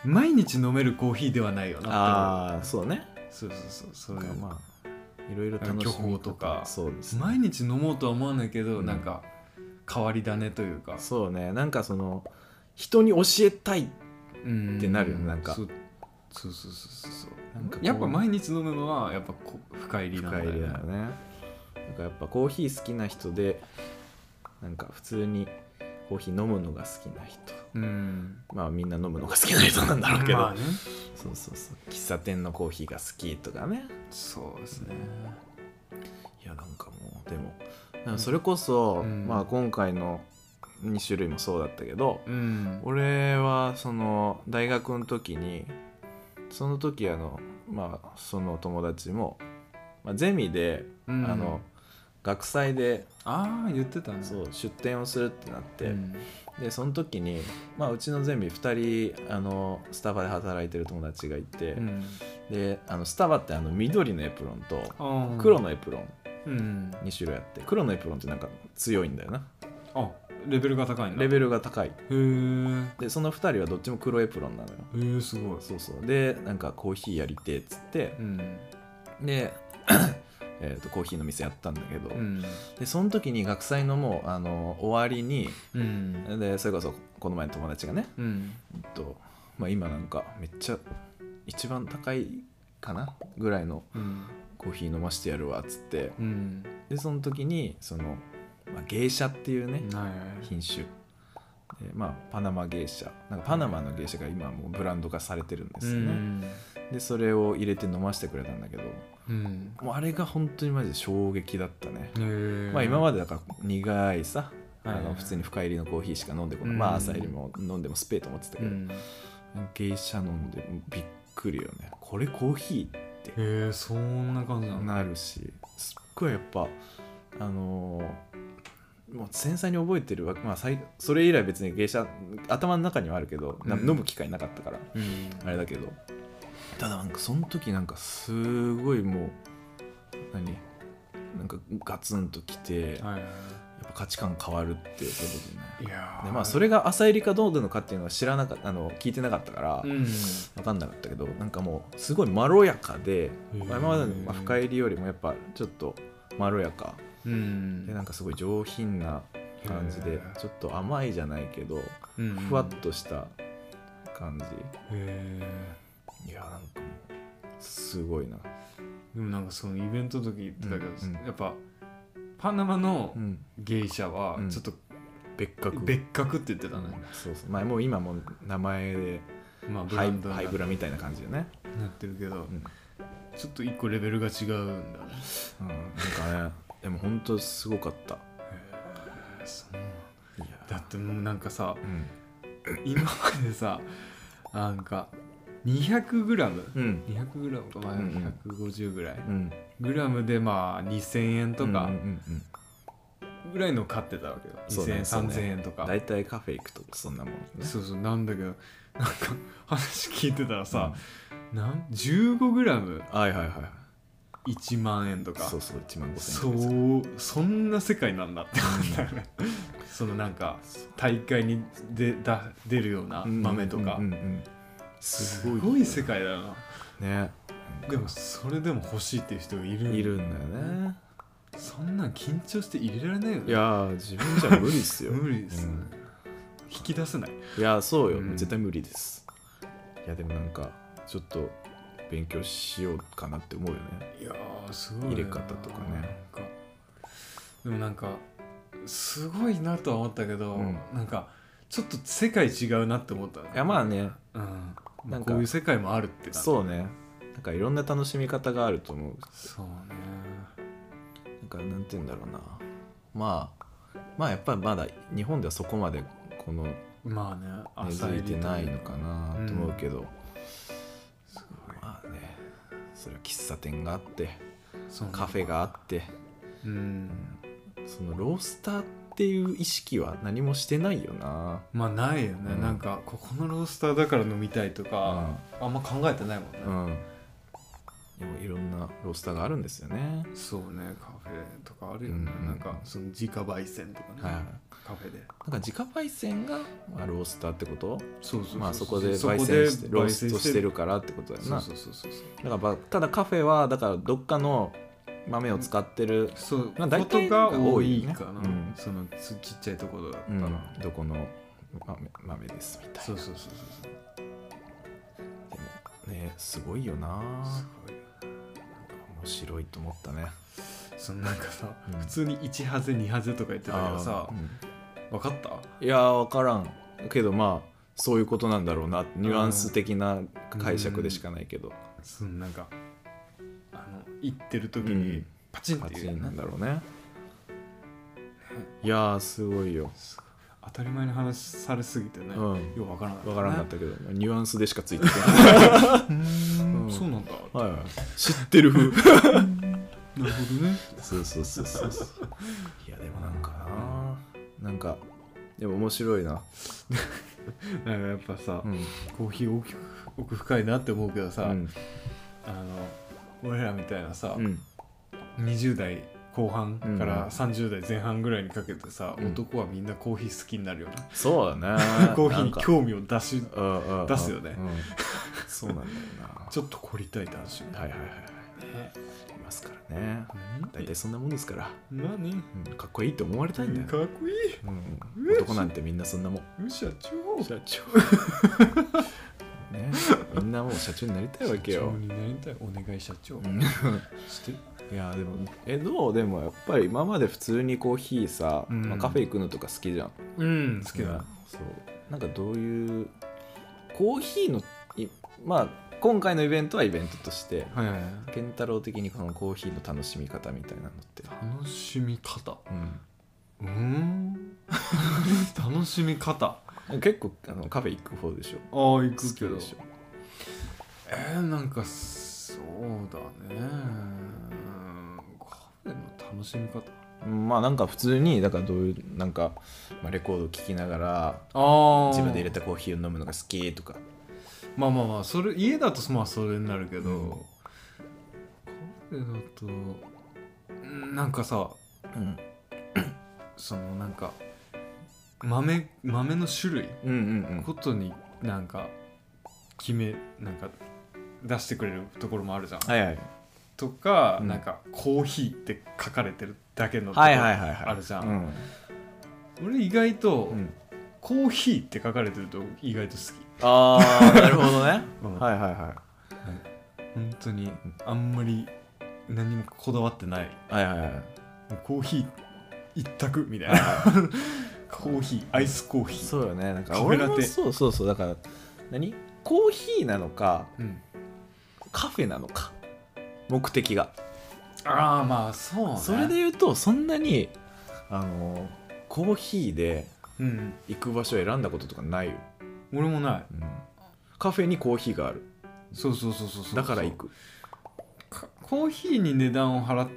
Speaker 2: 毎日飲めるコーヒーではないよなっ
Speaker 1: ああそうね
Speaker 2: て思うそうそうそうそう
Speaker 1: なん
Speaker 2: いう
Speaker 1: かまあいろいろ楽しみ
Speaker 2: 巨
Speaker 1: 方
Speaker 2: 峰とか
Speaker 1: そうですね
Speaker 2: 毎日飲もうとは思わないけど、
Speaker 1: うん
Speaker 2: なんか変わり種というか
Speaker 1: そうねなんかその人に教えたい
Speaker 2: っ
Speaker 1: ってなるよねなんか
Speaker 2: そうそうそうそうそう
Speaker 1: なんかこう
Speaker 2: やっぱ毎日飲むのはやっぱこう深入りなん
Speaker 1: 深
Speaker 2: だよ
Speaker 1: 入りだよ
Speaker 2: ね
Speaker 1: ねなんかやっぱコーヒー好きな人でなんか普通にコーヒー飲むのが好きな人
Speaker 2: うん
Speaker 1: まあみんな飲むのが好きな人なんだろうけど、
Speaker 2: まあね
Speaker 1: そうそうそう喫茶店のコーヒーが好きとかね
Speaker 2: そうですね
Speaker 1: いやなんかもうでもなんかそれこそ、
Speaker 2: うん
Speaker 1: まあ今回の2種類もそうだったけど、
Speaker 2: うん
Speaker 1: 俺はその大学の時にその時あのまあその友達も、まあ、ゼミで、
Speaker 2: うん
Speaker 1: あの学祭で
Speaker 2: ああ言ってたね
Speaker 1: そうう出展をするってなって、
Speaker 2: ん
Speaker 1: でその時に、まあ、うちのゼミ2人あのスタバで働いてる友達がいて、
Speaker 2: うん
Speaker 1: であのスタバってあの緑のエプロンと
Speaker 2: あー
Speaker 1: 黒のエプロン
Speaker 2: うん
Speaker 1: 2種類あって黒のエプロンってなんか強いんだよな
Speaker 2: あレベルが高いんだ
Speaker 1: レ
Speaker 2: へ
Speaker 1: ベルが高い
Speaker 2: えへ
Speaker 1: でその2人はどっちも黒エプロンなのよ
Speaker 2: えすごい
Speaker 1: そうそうでなんかコーヒーやりてえっつって
Speaker 2: うん
Speaker 1: で えーとコーヒーの店やったんだけど、
Speaker 2: うん
Speaker 1: でその時に学祭のもうあの終わりに
Speaker 2: うん
Speaker 1: でそれこそこの前の友達がね、
Speaker 2: うん
Speaker 1: えっとまあ、今なんかめっちゃ一番高いかなぐらいの
Speaker 2: うん
Speaker 1: コーヒー飲ましてやるわっつって
Speaker 2: うん
Speaker 1: でその時にその、まあ、芸者っていうね
Speaker 2: はい
Speaker 1: 品種でまあ、パナマ芸者なんかパナマの芸者が今はもうブランド化されてるんですよね、でそれを入れて飲ませてくれたんだけど
Speaker 2: うん
Speaker 1: もうあれが本当にマジで衝撃だったね、
Speaker 2: へえ
Speaker 1: まあ今までだから苦いさ、
Speaker 2: はい
Speaker 1: あの普通に深入りのコーヒーしか飲んでこない、
Speaker 2: うん
Speaker 1: まあ朝入りも飲んでもスペーと思ってたけ
Speaker 2: う
Speaker 1: ど、
Speaker 2: ん
Speaker 1: 芸者飲んでびっくりよねこれコーヒーって
Speaker 2: へえそんな感じなんだ
Speaker 1: なるしすっごいやっぱあのーもう繊細に覚えてるわけ、まあ、最それ以来別に芸者頭の中にはあるけど、な
Speaker 2: うん
Speaker 1: 飲む機会なかったから
Speaker 2: うん
Speaker 1: あれだけどただなんかその時なんかすごいもう何なんかガツンときてやっ
Speaker 2: はい
Speaker 1: ぱ価値観変わるってそういうこと
Speaker 2: い
Speaker 1: ね
Speaker 2: や
Speaker 1: でまあそ
Speaker 2: れ
Speaker 1: れが浅入りかどうなのかっていうのは知らなかったあの聞いてなかったから、
Speaker 2: うん
Speaker 1: 分かんなかったけどなんかもうすごいまろやかで
Speaker 2: ー
Speaker 1: まあ今までのまあ深入りよりもやっぱちょっとまろやか
Speaker 2: うん
Speaker 1: でなんかすごい上品な感じ
Speaker 2: へ
Speaker 1: で
Speaker 2: ー
Speaker 1: ちょっと甘いじゃないけど
Speaker 2: うん
Speaker 1: ふわっとした感
Speaker 2: へえ
Speaker 1: じいやなんかもうすごいな
Speaker 2: でもなんかそのイベントの時言ってたけど、
Speaker 1: うんうん
Speaker 2: やっぱパナマの
Speaker 1: うん
Speaker 2: 芸者は
Speaker 1: うん
Speaker 2: ちょっと
Speaker 1: 別格
Speaker 2: 別格って言ってたね、
Speaker 1: うんそうそうまあもう今もう名前で
Speaker 2: まあブ
Speaker 1: ハ
Speaker 2: ラ
Speaker 1: イ
Speaker 2: ンドに
Speaker 1: ハイブラみたいな感じでね
Speaker 2: なってるけど、
Speaker 1: うん
Speaker 2: ちょっと一個レベルが違うんだね
Speaker 1: うんなんかねでも本当すごかった
Speaker 2: そうなんだ
Speaker 1: いや
Speaker 2: だってもうなんかさ
Speaker 1: うん
Speaker 2: 今までさなんか 200g200g
Speaker 1: うん
Speaker 2: かまあ
Speaker 1: うんうん
Speaker 2: 150ぐらい、
Speaker 1: うん
Speaker 2: グラムでまあ2000円とか
Speaker 1: うんうんうん
Speaker 2: ぐらいの買ってたわけよ、
Speaker 1: そう
Speaker 2: 2000円、
Speaker 1: ねそうね
Speaker 2: 3000円とか
Speaker 1: 大体カフェ行くとそんなもんね
Speaker 2: そうそうなんだけどなんか話聞いてたらさ、なん、15g1
Speaker 1: うんはいはいはい
Speaker 2: 万円とか
Speaker 1: そうそう1万5000
Speaker 2: そ
Speaker 1: 円
Speaker 2: うそんな世界なんだって思ったよねそのなんか大会に出だ出るような豆とか、
Speaker 1: うんうんうんうん
Speaker 2: す
Speaker 1: すごい
Speaker 2: ごい世界だよな
Speaker 1: ね
Speaker 2: でもそれでも欲しいっていう人がいる
Speaker 1: いるんだよね
Speaker 2: そんなん緊張して入れられないよね
Speaker 1: いやー自分じゃ無理っ すよ
Speaker 2: 無理ですね、
Speaker 1: うん
Speaker 2: 引き出せない
Speaker 1: いやそうよ、
Speaker 2: うん
Speaker 1: 絶対無理ですいやでもなんかちょっと勉強しようかなって思うよね
Speaker 2: いやーすごいな
Speaker 1: 入れ方とかね
Speaker 2: なんかでもなんかすごいなとは思ったけど、
Speaker 1: うん
Speaker 2: なんかちょっと世界違うなって思った
Speaker 1: いやまあね
Speaker 2: うん、
Speaker 1: なんか
Speaker 2: こういう世界もあるってな
Speaker 1: そうねなんかいろんな楽しみ方があると思う
Speaker 2: そうね
Speaker 1: なんかなんて言うんだろうなまあまあやっぱりまだ日本ではそこまでこの
Speaker 2: まあね
Speaker 1: 根付いてないのかなと思うけど、
Speaker 2: すごい
Speaker 1: まあねそれは喫茶店があって
Speaker 2: そう
Speaker 1: カフェがあって
Speaker 2: うん
Speaker 1: そのロースターっていう意識は何もしてないよな
Speaker 2: まあないよね、
Speaker 1: うん
Speaker 2: なんかここのロースターだから飲みたいとか、あんま考えてないもんね、
Speaker 1: うんでもいろんなロースターがあるんですよね
Speaker 2: そうねカフェとかあるよね、
Speaker 1: うんうん
Speaker 2: なんかその自家焙煎とかね、
Speaker 1: はいはい
Speaker 2: カフェで
Speaker 1: なんか自家焙煎が、まあ、ロースターってこと
Speaker 2: そうそうそう
Speaker 1: まあそこで焙煎してローストしてる
Speaker 2: か
Speaker 1: からってことやな
Speaker 2: そうそうそうそう
Speaker 1: だからばただカフェはだからどっかの豆を使ってる、
Speaker 2: そう
Speaker 1: まあ
Speaker 2: こ
Speaker 1: 大
Speaker 2: と
Speaker 1: 体
Speaker 2: が
Speaker 1: が多
Speaker 2: 多
Speaker 1: い
Speaker 2: い
Speaker 1: ね
Speaker 2: かな、
Speaker 1: うん
Speaker 2: そのつちっちゃいところだった
Speaker 1: うん
Speaker 2: ら、
Speaker 1: どこの豆豆ですみたい
Speaker 2: そ
Speaker 1: な
Speaker 2: うそうそうそう
Speaker 1: でもねすごいよな
Speaker 2: すごいよ
Speaker 1: 面白いと思ったね
Speaker 2: そのなんかさ、
Speaker 1: うん
Speaker 2: 普通に1ハゼ2ハゼとか言ってたけどさ
Speaker 1: あーうん
Speaker 2: 分かった
Speaker 1: いやー分からんけどまあそういうことなんだろうなニュアンス的な解釈でしかないけど、
Speaker 2: そのなんかあの行ってる時
Speaker 1: う
Speaker 2: に
Speaker 1: ん
Speaker 2: パチンっ
Speaker 1: パ
Speaker 2: て
Speaker 1: チ
Speaker 2: いう、
Speaker 1: ンなんだろうねいやーすごいよ、
Speaker 2: 当たり前に話されすぎてね、
Speaker 1: うん
Speaker 2: よく分からなかった、ね、
Speaker 1: 分からんかったけど、ニュアンスでしかついてこ
Speaker 2: うん
Speaker 1: うん
Speaker 2: そうなんだ
Speaker 1: ないはいはい知ってる
Speaker 2: な
Speaker 1: 風
Speaker 2: るほど ね
Speaker 1: そうそうそうそうそういやでもなんかななんかでも面白いな、
Speaker 2: なんかやっぱさ、
Speaker 1: ん
Speaker 2: コーヒー奥奥深いなって思うけどさ、
Speaker 1: うん
Speaker 2: あの俺らみたいなさ、
Speaker 1: うん
Speaker 2: 20代後半か
Speaker 1: うんうん
Speaker 2: ら30代前半ぐらいにかけてさ、
Speaker 1: うん
Speaker 2: 男はみんなコーヒー好きになるよな、
Speaker 1: そうだね
Speaker 2: コーヒー
Speaker 1: な
Speaker 2: に
Speaker 1: んか
Speaker 2: 興味を出し
Speaker 1: うんうんうん
Speaker 2: 出すよね
Speaker 1: うんそうなんだよな
Speaker 2: ちょっと凝りたい男子
Speaker 1: はいはいはいはいいますからね大体そんなもんですから、
Speaker 2: 何
Speaker 1: うん、かっこいいと思われたいんだよ、
Speaker 2: かっこいい
Speaker 1: うん、男なんてみんなそんなもん
Speaker 2: う社長
Speaker 1: 社長ねみんなもう社長になりたいわけ
Speaker 2: 社
Speaker 1: よ
Speaker 2: 長になりたいお願い社長
Speaker 1: うん
Speaker 2: して
Speaker 1: いやでもえどうでもやっぱり今まで普通にコーヒーさ、
Speaker 2: うん
Speaker 1: まあ、カフェ行くのとか好きじゃん
Speaker 2: うん好きだな
Speaker 1: そうなんかどういうコーヒーのいまあ今回のイベントはイベントとして
Speaker 2: はいはいは
Speaker 1: 健太郎的にこのコーヒーの楽しみ方みたいなのって、
Speaker 2: い楽しみ方
Speaker 1: うん、
Speaker 2: うーん 楽しみ方あ
Speaker 1: 結構あのカフェ行く方でしょ
Speaker 2: あ行
Speaker 1: 好
Speaker 2: く
Speaker 1: き
Speaker 2: けど
Speaker 1: でしょ
Speaker 2: えー、なんかすそうだねカフェの楽しみ方
Speaker 1: まあなんか普通にだからどういうなんか、まあ、レコード聴きながら
Speaker 2: ああ
Speaker 1: 自分で入れたコーヒーを飲むのが好きとか
Speaker 2: まあまあまあそれ家だとまあそれになるけど、
Speaker 1: うん
Speaker 2: カフェだとうんなんかさ
Speaker 1: うん
Speaker 2: そのなんか豆豆の種類
Speaker 1: うんうん
Speaker 2: ことになんか決めなんか出してくれるところもあるじゃん、
Speaker 1: はいはい
Speaker 2: とか、
Speaker 1: うん
Speaker 2: なんかコーヒーって書かれてるだけのところ
Speaker 1: はいはいはいはい
Speaker 2: あるじゃん、
Speaker 1: うん
Speaker 2: 俺意外と、
Speaker 1: うん
Speaker 2: コーヒーって書かれてると意外と好き
Speaker 1: ああ なるほどね
Speaker 2: うん
Speaker 1: はいはいはい
Speaker 2: 本当にあんまり何もこだわってない
Speaker 1: はいはいはい
Speaker 2: もうコーヒー一択みたいなコーヒーアイスコーヒー
Speaker 1: そうよねなんか
Speaker 2: カフェ
Speaker 1: 俺
Speaker 2: ラテ
Speaker 1: もそうそうそうだから何コーヒーなのか
Speaker 2: うん
Speaker 1: カフェなのか目的が
Speaker 2: ああまあそうね
Speaker 1: それで言うとそんなにあのコーヒーで
Speaker 2: うん
Speaker 1: 行く場所を選んだこととかないよ、
Speaker 2: 俺もない
Speaker 1: うんカフェにコーヒーがある
Speaker 2: そうそうそうそうそう
Speaker 1: だから行く
Speaker 2: かコーヒーに値段を払っ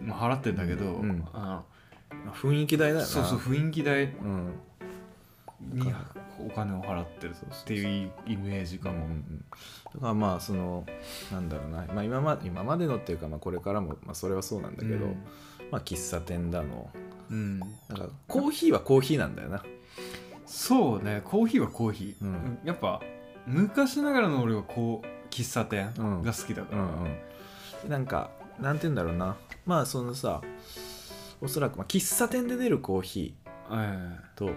Speaker 2: まあ払ってんだけど、
Speaker 1: うんうん
Speaker 2: あ
Speaker 1: 雰囲気代だ
Speaker 2: の
Speaker 1: よな
Speaker 2: そうそう雰囲気代
Speaker 1: うん
Speaker 2: にお金を払ってるっていうイメージか
Speaker 1: うんう
Speaker 2: も、
Speaker 1: んだからまあそのなんだろうな、まあ、今ま今までのっていうか、まあ、これからも、まあ、それはそうなんだけど、
Speaker 2: うん
Speaker 1: まあ喫茶店だの
Speaker 2: うん
Speaker 1: なんかコーヒーはコーヒーなんだよな
Speaker 2: そうねコーヒーはコーヒー、
Speaker 1: うん
Speaker 2: やっぱ昔ながらの俺はこう喫茶店
Speaker 1: うん
Speaker 2: が好きだか
Speaker 1: う
Speaker 2: ら、
Speaker 1: んうん、なんかなんて言うんだろうなまあそのさおそらく、まあ、喫茶店で出るコーヒ
Speaker 2: え
Speaker 1: ーと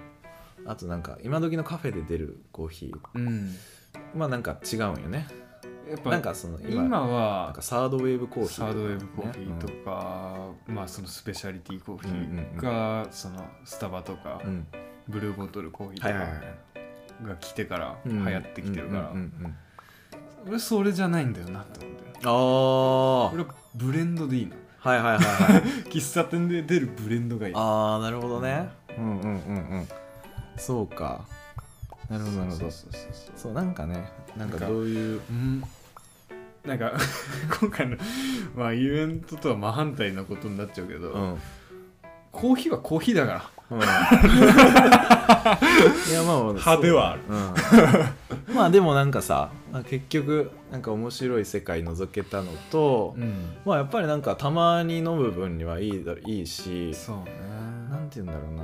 Speaker 1: あとなんか今時のカフェで出るコーヒ
Speaker 2: えうん
Speaker 1: ーまあなんか違うんよね
Speaker 2: やっぱ
Speaker 1: なんかその今
Speaker 2: 今
Speaker 1: なん
Speaker 2: は
Speaker 1: かサードウェーブコーヒー
Speaker 2: サードウェーブコーヒーと
Speaker 1: ね
Speaker 2: か、まあそのスペシャリティコーヒ
Speaker 1: うんうんうん
Speaker 2: ーがそのスタバとか、
Speaker 1: うんうん
Speaker 2: ブルーボトルコーヒーと
Speaker 1: はいはいは
Speaker 2: か
Speaker 1: い
Speaker 2: が来てから
Speaker 1: う
Speaker 2: 流
Speaker 1: ん
Speaker 2: 行ってきてるから、
Speaker 1: うんうんうんうん
Speaker 2: 俺それじゃないんだよなって思って
Speaker 1: ああはい
Speaker 2: 俺はブレンドでいいの
Speaker 1: はいはいはい
Speaker 2: 喫茶店で出るブレンドがいい
Speaker 1: ああなるほどねうんうんうんうんそうかなるほどなるほど
Speaker 2: そうそうそうそ
Speaker 1: そうなんかねなんか
Speaker 2: なんか
Speaker 1: どういう
Speaker 2: ううんなんか 今回のまあイベントとは真反対のことになっちゃうけど、
Speaker 1: うん
Speaker 2: コーヒーはコーヒーだから
Speaker 1: うんいやまあ
Speaker 2: 派手はある
Speaker 1: うんまあでもなんかさまあ結局なんか面白い世界覗けたのと、
Speaker 2: ん
Speaker 1: まあやっぱりなんかたまに飲む分にはいいだいいし
Speaker 2: そうね
Speaker 1: なんて言うんだろうな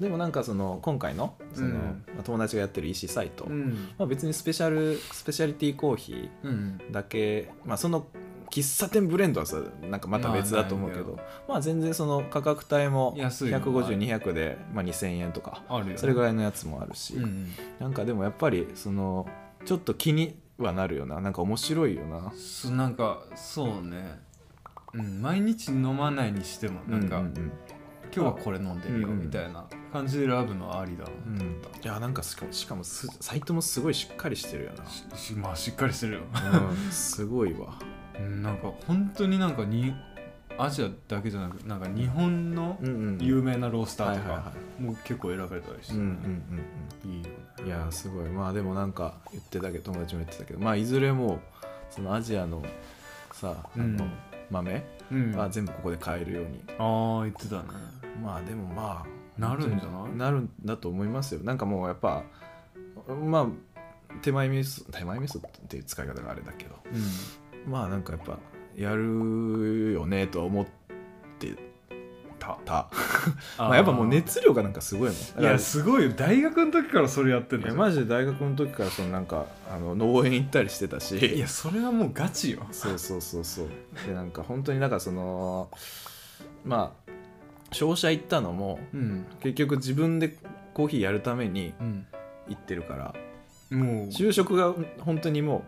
Speaker 1: でもなんかその今回のその、
Speaker 2: うん
Speaker 1: まあ友達がやってる EC サイト、
Speaker 2: うん
Speaker 1: まあ、別にスペシャルスペシャリティコーヒ
Speaker 2: うん
Speaker 1: ーだけ、まあ、その喫茶店ブレンドはさなんかまた別だと思うけど、ま
Speaker 2: ま
Speaker 1: あ、全然その価格帯も
Speaker 2: 安いのもある
Speaker 1: 150200で、まあ、2000円とか
Speaker 2: あるよ、ね、
Speaker 1: それぐ
Speaker 2: らい
Speaker 1: らいのやつもあるし、
Speaker 2: うん
Speaker 1: なんかでもやっぱりそのちょっと気にはなるよななんか面白いよな
Speaker 2: そなんかそうねうん毎日飲まないにしてもなんか、
Speaker 1: うんうん
Speaker 2: 今日はこれ飲んでるよ
Speaker 1: うん
Speaker 2: みたいな感じで選ぶのはありだな
Speaker 1: うんうんいやなんかしかもしかもすサイトもすごいしっかりしてるよ
Speaker 2: しまあしっかりしてるよ
Speaker 1: な、うん、すごいわ
Speaker 2: うんなんか本当になんかにアジアだけじゃなくなんか日本の
Speaker 1: うんうん
Speaker 2: 有名なロースター
Speaker 1: はい
Speaker 2: と
Speaker 1: はいは
Speaker 2: かもう結構選ばれたりし
Speaker 1: い
Speaker 2: て、
Speaker 1: うんうん
Speaker 2: いいよね
Speaker 1: うんうんいやーすごいまあでもなんか言ってたけど友達も言ってたけどまあいずれもそのアジアのさあの、
Speaker 2: うん
Speaker 1: 豆
Speaker 2: うん
Speaker 1: は
Speaker 2: あ
Speaker 1: 全部ここで買えるように、
Speaker 2: あ言ってたね
Speaker 1: まあでもまあ
Speaker 2: なるんじゃない
Speaker 1: なるんだと思いますよなんかもうやっぱまあ手前味噌手前味噌っていう使い方があれだけどまあなんかやっぱやるよねとは思ってたたまあやっぱもう熱量がなんかすごいもんだか
Speaker 2: い
Speaker 1: ら
Speaker 2: やすごいよ大学の時からそれやってん
Speaker 1: い
Speaker 2: だ
Speaker 1: や
Speaker 2: よ
Speaker 1: マジで大学の時からそのなんかあの農園行ったりしてたし
Speaker 2: いやそれはもうガチよ
Speaker 1: そうそうそうそうでなんか本当になんかそのまあ商社行ったのも
Speaker 2: うん
Speaker 1: 結局自分でコーヒーやるために
Speaker 2: うん
Speaker 1: 行ってるから
Speaker 2: もう
Speaker 1: 就職が本当にも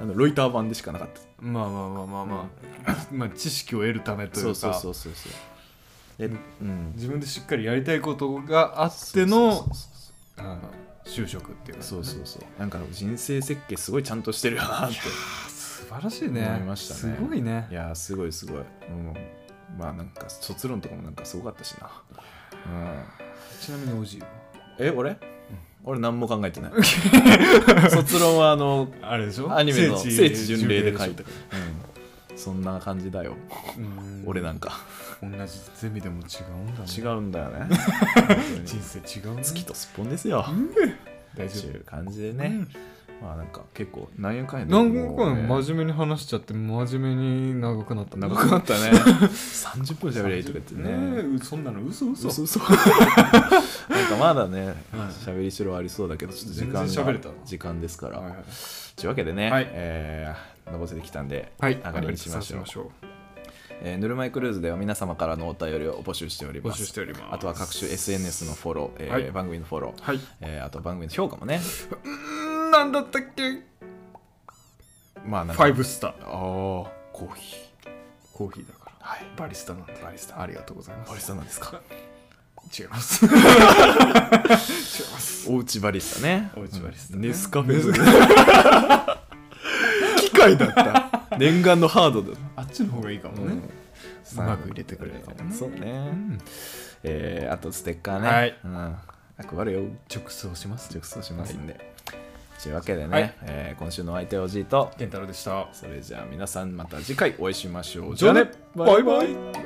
Speaker 1: うあのロイター版でしかなかった
Speaker 2: まあまあまあまあまあ、まあ知識を得るためという
Speaker 1: そう
Speaker 2: か
Speaker 1: そうそうそうそうでうん
Speaker 2: 自分でしっかりやりたいことがあっての
Speaker 1: そうそう
Speaker 2: あの就職っていうか
Speaker 1: そうそうそうそうなんか人生設計すごいちゃんとしてるよなって
Speaker 2: あ素晴らしいね
Speaker 1: 思いましたね
Speaker 2: すごいね
Speaker 1: いやーすごいすごい、うん、まあなんか卒論とかもなんかすごかったしな、うん、
Speaker 2: ちなみにおじいは
Speaker 1: え俺、俺何も考えて ない卒論はあの
Speaker 2: あれでしょ
Speaker 1: アニメの聖地
Speaker 2: 地
Speaker 1: 巡礼で書い
Speaker 2: でしょ
Speaker 1: た、うんそんな感じだよ、俺なんか
Speaker 2: 同じゼミでも違うんだね
Speaker 1: 違うんだよね
Speaker 2: 人生違うね
Speaker 1: 月とすっぽんですよ
Speaker 2: 大
Speaker 1: って
Speaker 2: 丈
Speaker 1: いう感じで
Speaker 2: 夫
Speaker 1: ね、まあなんか結構何やかんやで
Speaker 2: 何
Speaker 1: も
Speaker 2: 個
Speaker 1: う
Speaker 2: か
Speaker 1: ね
Speaker 2: 真面目に話しちゃって真面目に長くなった
Speaker 1: 長くなったね30分喋りゃいいとか言ってね
Speaker 2: えそんなの嘘嘘
Speaker 1: 嘘嘘なんかまだね
Speaker 2: はい
Speaker 1: 喋りしろありそうだけどちょっと時
Speaker 2: 全然喋れた
Speaker 1: 間
Speaker 2: わ
Speaker 1: が時間ですから、
Speaker 2: はいはい
Speaker 1: というわけでね、
Speaker 2: はい
Speaker 1: えー、のぼせてきたんで、
Speaker 2: はい
Speaker 1: 上がりにしましょう
Speaker 2: 上がりにしょ
Speaker 1: えーぬるま湯クルーズでは皆様からのお便りを募集しており
Speaker 2: う募
Speaker 1: ます
Speaker 2: 集しております
Speaker 1: あとは各種 SNS のフォロー、えー
Speaker 2: はい
Speaker 1: 番組のフォロー、
Speaker 2: はい
Speaker 1: えーあと番組の評価もね
Speaker 2: 何だったっけフ
Speaker 1: まあなんか
Speaker 2: ァイブスター
Speaker 1: あーコーヒー
Speaker 2: コーヒーだから
Speaker 1: はい
Speaker 2: バリスタなんでバリスタありがとうございます
Speaker 1: バリスタなんですか
Speaker 2: 違います違い ます
Speaker 1: おうちバリスタね
Speaker 2: おうちバリスタね
Speaker 1: ネスカフェ 機械だった念願のハードだ
Speaker 2: あっちの方がいいかもね、
Speaker 1: うん
Speaker 2: うまく入れてくれるかもね
Speaker 1: そうね、えーあとステッカーね、
Speaker 2: はい
Speaker 1: うん、配るよ
Speaker 2: 直送します
Speaker 1: 直送します
Speaker 2: はい
Speaker 1: んで、というわけでね、
Speaker 2: はい
Speaker 1: えー今週のお相手はおじいと
Speaker 2: 健太郎でした
Speaker 1: それじゃあ皆さんまた次回お会いしましょう
Speaker 2: じゃあねバイバイ
Speaker 1: イ